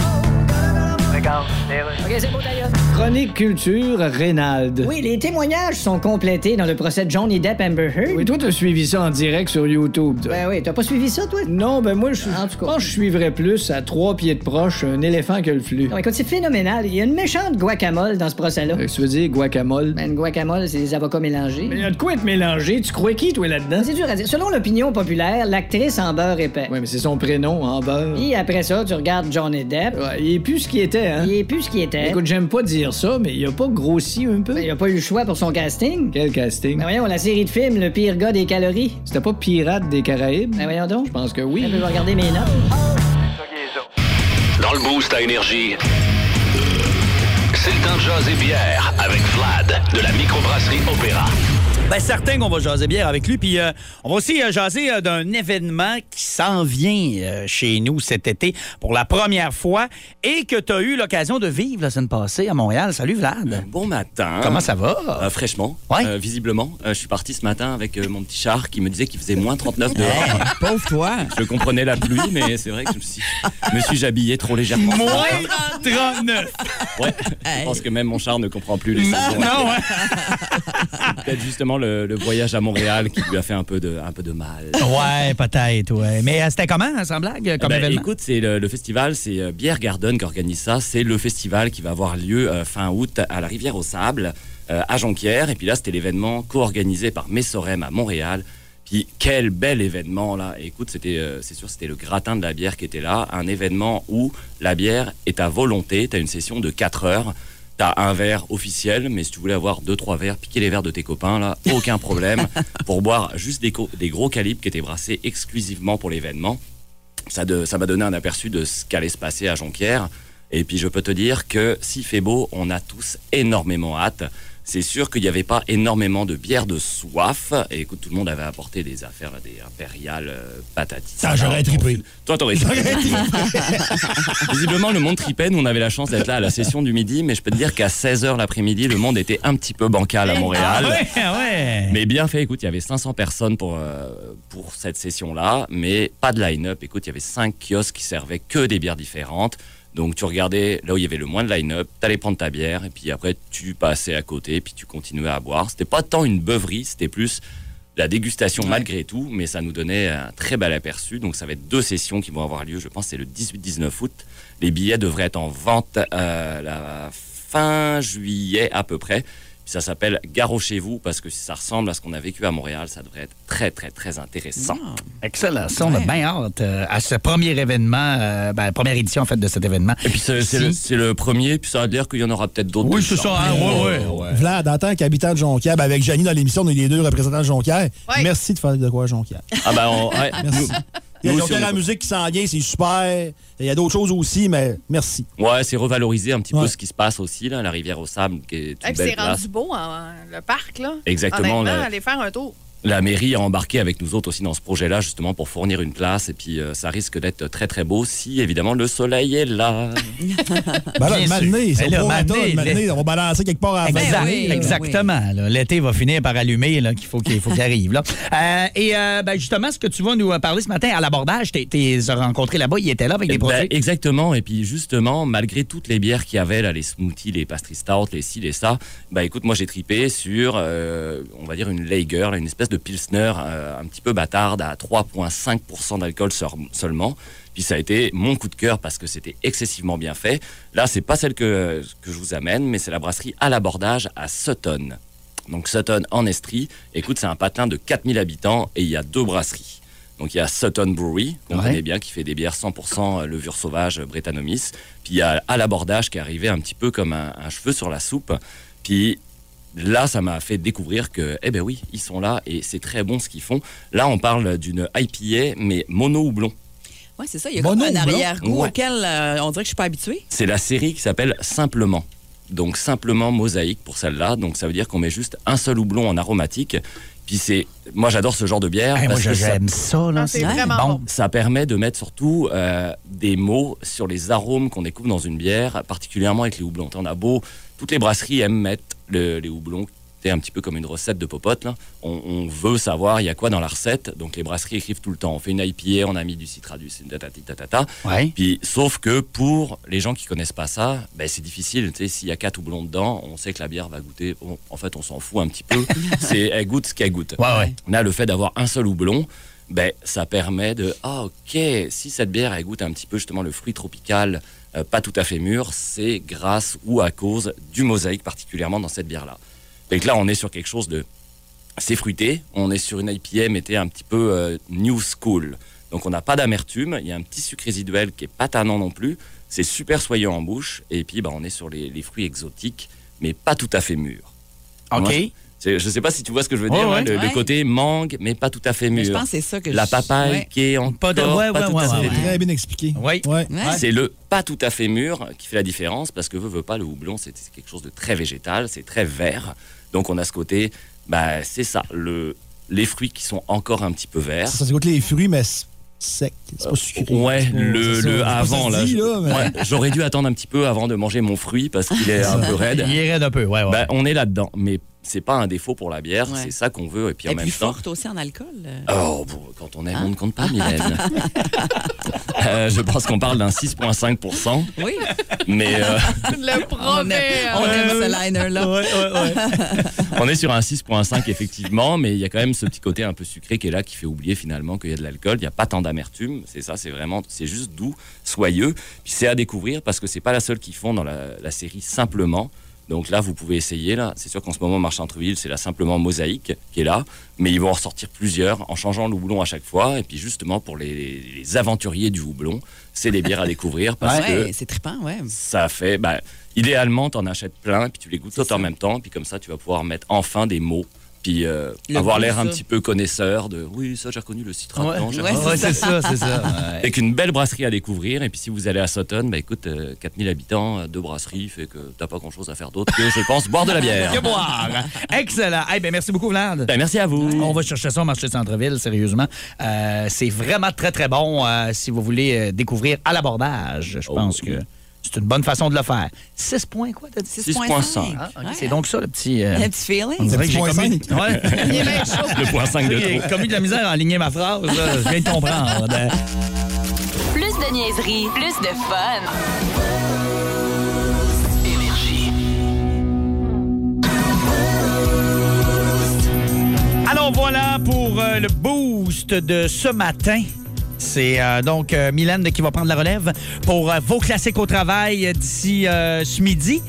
Speaker 8: Chronique culture, Reynald.
Speaker 9: Oui, les témoignages sont complétés dans le procès de Johnny Depp Amber Heard.
Speaker 8: Oui, toi, t'as suivi ça en direct sur YouTube. toi.
Speaker 9: Ben oui, t'as pas suivi ça, toi?
Speaker 8: Non, ben moi, je
Speaker 9: En tout cas.
Speaker 8: pense que je suivrais plus à trois pieds de proche un éléphant que le flux.
Speaker 9: Non, écoute, c'est phénoménal. Il y a une méchante guacamole dans ce procès-là.
Speaker 8: Fait que Tu veux dire guacamole?
Speaker 9: Ben, une guacamole, c'est des avocats mélangés.
Speaker 8: Mais y a de quoi être mélangé? Tu crois qui, toi, là-dedans?
Speaker 9: C'est dur à dire. Selon l'opinion populaire, l'actrice en beurre épais.
Speaker 8: Ouais, mais c'est son prénom, en beurre.
Speaker 9: Puis après ça, tu regardes Johnny Depp.
Speaker 8: Ouais, il est plus ce qu'il était, hein?
Speaker 9: Il est plus ce qu'il était.
Speaker 8: Écoute, j'aime pas dire ça, mais il a pas grossi un peu?
Speaker 9: Ben, il a pas eu le choix pour son casting.
Speaker 8: Quel casting?
Speaker 9: Ben voyons, la série de films, le pire gars des calories.
Speaker 8: C'était pas Pirate des Caraïbes?
Speaker 9: Ben voyons donc.
Speaker 8: Je pense que
Speaker 9: Je
Speaker 8: oui.
Speaker 9: vais regarder mes notes.
Speaker 2: Dans le boost à énergie, c'est le temps de jaser bière avec Vlad de la microbrasserie Opéra.
Speaker 4: Ben certain qu'on va jaser bière avec lui. Puis euh, on va aussi euh, jaser euh, d'un événement qui s'en vient euh, chez nous cet été pour la première fois et que tu as eu l'occasion de vivre la semaine passée à Montréal. Salut Vlad.
Speaker 14: Bon matin.
Speaker 4: Comment ça va?
Speaker 14: Euh, fraîchement,
Speaker 4: Ouais.
Speaker 14: Euh, visiblement. Euh, je suis parti ce matin avec euh, mon petit char qui me disait qu'il faisait moins 39 dehors.
Speaker 6: Pauvre toi.
Speaker 14: Je comprenais la pluie, mais c'est vrai que je me suis, me suis habillé trop légèrement.
Speaker 4: Moins 39.
Speaker 14: Ouais. Je pense que même mon char ne comprend plus les saisons.
Speaker 4: Non, hein?
Speaker 14: Peut-être justement le, le voyage à Montréal qui lui a fait un peu de, un peu de mal.
Speaker 4: Ouais, peut-être, ouais. Mais euh, c'était comment, hein, sans blague, comme
Speaker 14: Ben,
Speaker 4: événement?
Speaker 14: écoute, c'est le, le festival, c'est euh, Bière Garden qui organise ça. C'est le festival qui va avoir lieu euh, fin août à la Rivière aux Sables, euh, à Jonquière. Et puis là, c'était l'événement co-organisé par Messorem à Montréal. Puis quel bel événement là Et Écoute, c'était, euh, c'est sûr, c'était le gratin de la bière qui était là. Un événement où la bière est à volonté. T'as une session de 4 heures. T'as un verre officiel, mais si tu voulais avoir deux, trois verres, piquer les verres de tes copains, là, aucun problème. pour boire juste des, co- des gros calibres qui étaient brassés exclusivement pour l'événement ça de- ça m'a donné un aperçu de ce qu'allait se passer à Jonquière. Et puis je peux te dire que s'il fait beau, on a tous énormément hâte. C'est sûr qu'il n'y avait pas énormément de bière de soif. Et écoute, tout le monde avait apporté des affaires, là, des impériales, euh, patatis.
Speaker 13: Ça, j'aurais trippé.
Speaker 14: Toi, t'aurais Visiblement, le monde tripait. Nous, on avait la chance d'être là à la session du midi. Mais je peux te dire qu'à 16h l'après-midi, le monde était un petit peu bancal à Montréal.
Speaker 4: Ah ouais.
Speaker 14: Mais bien fait, écoute, il y avait 500 personnes pour, euh, pour cette session-là, mais pas de line-up. Écoute, il y avait 5 kiosques qui servaient que des bières différentes. Donc tu regardais là où il y avait le moins de line-up, t'allais prendre ta bière, et puis après tu passais à côté, puis tu continuais à boire. C'était pas tant une beuverie, c'était plus de la dégustation malgré tout, mais ça nous donnait un très bel aperçu. Donc ça va être deux sessions qui vont avoir lieu, je pense, c'est le 18-19 août. Les billets devraient être en vente euh, la fin juillet à peu près. Puis Puis ça s'appelle Garochez-vous parce que si ça ressemble à ce qu'on a vécu à Montréal, ça devrait être très, très, très intéressant.
Speaker 4: Excellent. Ça, on a bien hâte euh, à ce premier événement, euh, ben, première édition en fait de cet événement.
Speaker 14: Et puis c'est, c'est le,
Speaker 4: Si-
Speaker 14: c'est le premier, puis ça a l'air qu'il y en aura peut-être d'autres.
Speaker 4: Oui,
Speaker 14: dans le
Speaker 4: c'est
Speaker 14: genre.
Speaker 4: ça, hein, ouais, ouais,
Speaker 13: Vlad, en tant qu'habitant de Jonquière, ben, avec Janie dans l'émission, on est les deux représentants de Jonquière. Merci de faire de quoi à Jonquière.
Speaker 14: Ah ben, on- ouais,
Speaker 13: Merci. Il y a
Speaker 14: nous
Speaker 13: Jonquière
Speaker 14: aussi, on
Speaker 13: à
Speaker 14: est-
Speaker 13: la musique qui s'en vient, c'est super. Il y a d'autres choses aussi, mais merci.
Speaker 14: Ouais, c'est revaloriser un petit
Speaker 13: Ouais.
Speaker 14: peu ce qui se passe aussi, là, la rivière au sable, qui est une
Speaker 7: Hey, puis
Speaker 14: belle
Speaker 7: c'est
Speaker 14: place.
Speaker 7: rendu beau, hein, le parc, là.
Speaker 14: Exactement,
Speaker 7: Honnêtement,
Speaker 14: le-
Speaker 7: aller ben, faire un tour.
Speaker 14: La mairie a embarqué avec nous autres aussi dans ce projet-là, justement, pour fournir une place. Et puis, euh, ça risque d'être très, très beau si, évidemment, le soleil est là.
Speaker 13: Ben là,
Speaker 14: Bien
Speaker 13: le matinée,
Speaker 14: sûr.
Speaker 13: c'est
Speaker 14: Ben là,
Speaker 13: au prorata,
Speaker 14: matinée,
Speaker 13: le matinée,
Speaker 14: les-
Speaker 13: on va balancer quelque part à
Speaker 5: Eh
Speaker 13: la
Speaker 5: ben
Speaker 13: fin de
Speaker 4: Exact-
Speaker 13: l'année, là.
Speaker 4: exactement. là. L'été va finir par allumer, là, qu'il faut qu'il faut qu'il arrive. là. Euh, et euh, ben, justement, ce que tu vas nous euh, parler ce matin à l'abordage, tu les as rencontrés là-bas, ils étaient là avec des
Speaker 14: Ben,
Speaker 4: produits.
Speaker 14: exactement. Et puis justement, malgré toutes les bières qu'il y avait, là, les smoothies, les pastries stout, les ci, les ça, bah écoute, moi j'ai tripé sur, euh, on va dire, une Lager, là, une espèce de Pilsner euh, un petit peu bâtarde à 3,5% d'alcool seul- seulement. Puis ça a été mon coup de cœur parce que c'était excessivement bien fait. Là, c'est pas celle que, que je vous amène, mais c'est la brasserie à l'abordage à Sutton. Donc Sutton en Estrie, écoute, c'est un patelin de 4000 habitants et il y a deux brasseries. Donc il y a Sutton Brewery, qu'on
Speaker 15: Ouais.
Speaker 14: connaît bien, qui fait eh, des bières 100% levure sauvage euh, Brettanomyces. Puis il y a à l'abordage qui est arrivé un petit peu comme un, un cheveu sur la soupe. Puis là, ça m'a fait découvrir que, eh ben oui, ils sont là et c'est très bon ce qu'ils font. Là, on parle d'une IPA, mais mono houblon.
Speaker 6: Oui, c'est ça. Il y a
Speaker 14: Mono
Speaker 6: comme
Speaker 14: ou
Speaker 6: un
Speaker 14: blanc?
Speaker 4: hein?
Speaker 6: arrière-goût
Speaker 14: Ouais.
Speaker 6: auquel euh, on dirait que je suis pas habituée.
Speaker 14: C'est la série qui s'appelle Simplement. Donc simplement mosaïque pour celle-là. Donc ça veut dire qu'on met juste un seul houblon en aromatique. Puis c'est, moi j'adore ce genre de bière.
Speaker 4: Eh, moi,
Speaker 14: parce
Speaker 4: je-
Speaker 14: que ça-
Speaker 4: j'aime ça. là, Ah, c'est bon.
Speaker 14: Ça permet de mettre surtout euh, des mots sur les arômes qu'on découvre dans une bière, particulièrement avec les houblons. On a beau, toutes les brasseries aiment mettre le- les houblons. C'est un petit peu comme une recette de popote. Là. On, on veut savoir il y a quoi dans la recette. Donc les brasseries écrivent tout le temps. On fait une IPA, on a mis du citra, du tatati, tatata. Puis, sauf que pour les gens qui connaissent pas ça, ben, c'est difficile. Tu sais, S'il y a quatre houblons dedans, on sait que la bière va goûter. on- en fait, on s'en fout un petit peu. c'est, elle goûte ce qu'elle goûte. Là, le fait d'avoir un seul houblon, ben, ça permet de ah ok si cette bière elle goûte un petit peu justement le fruit tropical euh, pas tout à fait mûr c'est grâce ou à cause du mosaïque particulièrement dans cette bière là donc là on est sur quelque chose de c'est fruité on est sur une IPM était un petit peu euh, new school donc on n'a pas d'amertume il y a un petit sucre résiduel qui est pas tannant non plus c'est super soyeux en bouche et puis ben, on est sur les, les fruits exotiques mais pas tout à fait mûrs
Speaker 4: Ok.
Speaker 14: Moi, c'est- je sais pas si tu vois ce que je veux
Speaker 4: Ouais,
Speaker 14: dire,
Speaker 4: ouais.
Speaker 14: hein, le, le
Speaker 4: Ouais.
Speaker 14: côté mangue, mais pas tout à fait mûr.
Speaker 4: je pense que c'est ça que
Speaker 14: La
Speaker 4: je-
Speaker 14: papaye
Speaker 4: ouais.
Speaker 14: qui est en
Speaker 4: Pas de- ouais, ouais,
Speaker 14: tout
Speaker 4: ouais,
Speaker 14: à
Speaker 4: ouais,
Speaker 14: fait
Speaker 4: ouais.
Speaker 14: mûre.
Speaker 13: Très bien expliqué.
Speaker 4: Oui.
Speaker 14: C'est le pas tout à fait mûr qui fait la différence parce que veut, veut pas, le houblon, c'est c'est quelque chose de très végétal, c'est très vert. Donc on a ce côté, bah, c'est ça, le, les fruits qui sont encore un petit peu verts.
Speaker 13: Ça, ça goûte les fruits, mais c'est sec. C'est pas sucré.
Speaker 14: Hein? Euh, Ouais,
Speaker 13: C'est pas-
Speaker 14: le,
Speaker 13: c'est ça.
Speaker 14: le
Speaker 13: C'est pas
Speaker 14: avant
Speaker 13: ça
Speaker 14: là.
Speaker 13: se dit,
Speaker 14: je-
Speaker 13: mais-
Speaker 14: ouais, J'aurais dû attendre un petit peu avant de manger mon fruit parce qu'il est un peu raide.
Speaker 4: Il est raide un peu, ouais. ouais.
Speaker 14: Bah, on est là-dedans, mais c'est pas un défaut pour la bière,
Speaker 6: Ouais.
Speaker 14: c'est ça qu'on veut. Et puis en
Speaker 6: Elle est
Speaker 14: même
Speaker 6: plus
Speaker 14: temps,
Speaker 6: forte aussi en alcool. euh.
Speaker 14: Oh, bon, quand on aime,
Speaker 6: Hein?
Speaker 14: on ne compte pas, Mylène. Euh, je pense qu'on parle d'un 6,5%,
Speaker 6: Oui.
Speaker 14: mais euh,
Speaker 6: Le premier. On aime ce
Speaker 4: Euh,
Speaker 6: liner-là.
Speaker 14: on est sur un 6,5 effectivement, mais il y a quand même ce petit côté un peu sucré qui est là, qui fait oublier finalement qu'il y a de l'alcool. Il n'y a pas tant d'amertume, c'est ça, c'est vraiment, c'est juste doux, soyeux. Puis c'est à découvrir parce que c'est pas la seule qu'ils font dans la, la série simplement. Donc là, vous pouvez essayer. Là, c'est sûr qu'en ce moment, Marchandreville, c'est là simplement mosaïque qui est là, mais ils vont en ressortir plusieurs en changeant le houblon à chaque fois. Et puis justement pour les, les aventuriers du houblon, c'est des bières à découvrir parce
Speaker 6: Ouais,
Speaker 14: que
Speaker 6: c'est trippant, ouais.
Speaker 14: ça fait. Bah, idéalement, t'en achètes plein, puis tu les goûtes toutes en même temps, puis comme ça, tu vas pouvoir mettre enfin des mots, puis euh,
Speaker 4: Le
Speaker 14: avoir
Speaker 4: goût,
Speaker 14: l'air un
Speaker 4: ça.
Speaker 14: petit peu connaisseur de oui, ça, j'ai reconnu le citron.
Speaker 4: Ouais, ouais, c'est Ouais, ça. c'est ça, c'est ça, ouais.
Speaker 14: Et qu'une belle brasserie à découvrir. Et puis si vous allez à Sutton, bah écoute, euh, 4000 habitants, euh, deux brasseries, fait que t'as pas grand chose à faire d'autre que, je pense, boire de la bière. Bah,
Speaker 4: Que boire. Excellent. Eh ben, merci beaucoup, Vlad.
Speaker 14: merci à vous.
Speaker 6: Mm.
Speaker 4: On va chercher ça au marché centre-ville, sérieusement. Euh, c'est vraiment très, très bon euh, si vous voulez euh, découvrir à l'abordage. Je pense
Speaker 6: Oh
Speaker 4: que c'est une bonne façon de le faire. 6 points, quoi, t'as dit?
Speaker 6: 6,5.
Speaker 4: Ah, ok, C'est donc ça, le petit... euh,
Speaker 6: Un petit feeling.
Speaker 4: on dirait que j'ai
Speaker 6: Point
Speaker 4: commis-
Speaker 6: cinq.
Speaker 4: Ouais.
Speaker 6: Il est bien chaud.
Speaker 14: Le point cinq de
Speaker 4: J'ai
Speaker 14: trop.
Speaker 4: commis de la misère à aligner ma phrase. là. Je viens de comprendre.
Speaker 3: Plus de niaiserie, plus de fun.
Speaker 4: Alors voilà pour euh, le boost de ce matin. C'est euh, donc euh, Mylène qui va prendre la relève pour euh, vos classiques au travail euh, d'ici euh, ce midi.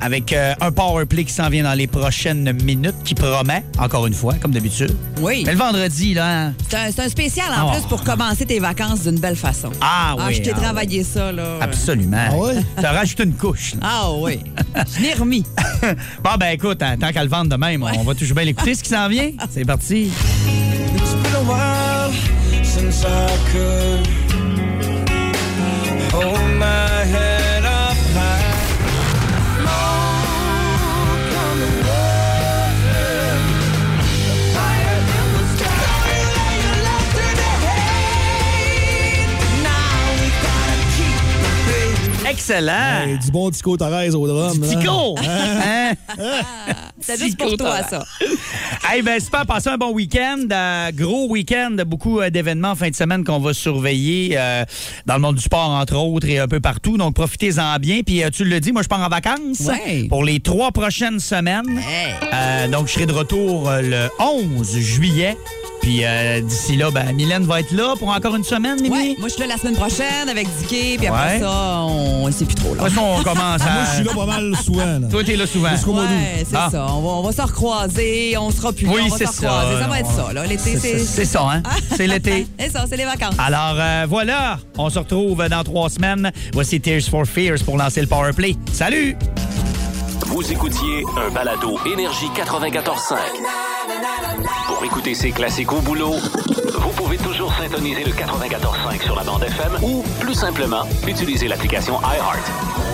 Speaker 4: avec euh, un power play qui s'en vient dans les prochaines minutes, qui promet, encore une fois, comme d'habitude.
Speaker 6: Oui.
Speaker 4: Mais le vendredi, là. hein,
Speaker 6: C'est un, c'est un spécial en
Speaker 4: Oh.
Speaker 6: plus pour commencer tes vacances d'une belle façon.
Speaker 4: Ah oui,
Speaker 6: je t'ai
Speaker 4: ah
Speaker 6: travaillé ça, là.
Speaker 4: Absolument.
Speaker 6: Ah oui?
Speaker 4: Ça rajoute une couche. là.
Speaker 6: Ah oui. Je l'ai remis.
Speaker 4: bon, ben écoute, hein, tant qu'à le vendre de même, on va toujours bien l'écouter, ce qui s'en vient. C'est parti.
Speaker 16: It's been a while since I could hold my head up high. Smoke on the water, fire in the sky. Sorry that you loved her to hate. Now we gotta keep the faith.
Speaker 4: Excellent.
Speaker 13: euh,
Speaker 5: Hey, du bon Tico Thérèse au drum. là.
Speaker 4: Tico!
Speaker 5: Hein?
Speaker 6: C'est juste pour toi, ça.
Speaker 4: hey, ben, super. Passez un bon week-end. Euh, gros week-end. Beaucoup euh, d'événements en fin de semaine qu'on va surveiller euh, dans le monde du sport, entre autres, et un peu partout. Donc, profitez-en bien. Puis, euh, tu le dis, moi, je pars en vacances
Speaker 6: Ouais.
Speaker 4: pour les trois prochaines semaines. Euh, donc, je serai de retour euh, le 11 juillet. Puis, euh, d'ici là, ben, Mylène va être là pour encore une semaine, Mimi.
Speaker 6: Ouais, moi, je suis là la semaine prochaine avec Dicky, puis
Speaker 4: Ouais.
Speaker 6: après ça, on ne sait plus trop. Là.
Speaker 4: De toute façon, on commence à-
Speaker 5: Moi, je suis là pas mal souvent. là.
Speaker 4: Toi, t'es là souvent.
Speaker 5: Jusqu'au mois d'août.
Speaker 6: Ouais, c'est
Speaker 4: Ah.
Speaker 6: ça. On va, on va se recroiser, on sera plus là,
Speaker 4: Oui,
Speaker 6: on va
Speaker 4: c'est
Speaker 6: se recroiser.
Speaker 4: ça.
Speaker 6: Ça va être ça, là. L'été,
Speaker 4: C'est-
Speaker 6: c'est...
Speaker 4: Ah, c'est- c'est ça, hein? C'est l'été.
Speaker 6: C'est ça, c'est les vacances.
Speaker 4: Alors euh, voilà, on se retrouve dans trois semaines. Voici Tears for Fears pour lancer le power play. Salut!
Speaker 14: Vous écoutiez un balado Énergie 94.5. Pour écouter ces classiques au boulot, vous pouvez toujours syntoniser le 94.5 sur la bande FM ou, plus simplement, utiliser l'application iHeart.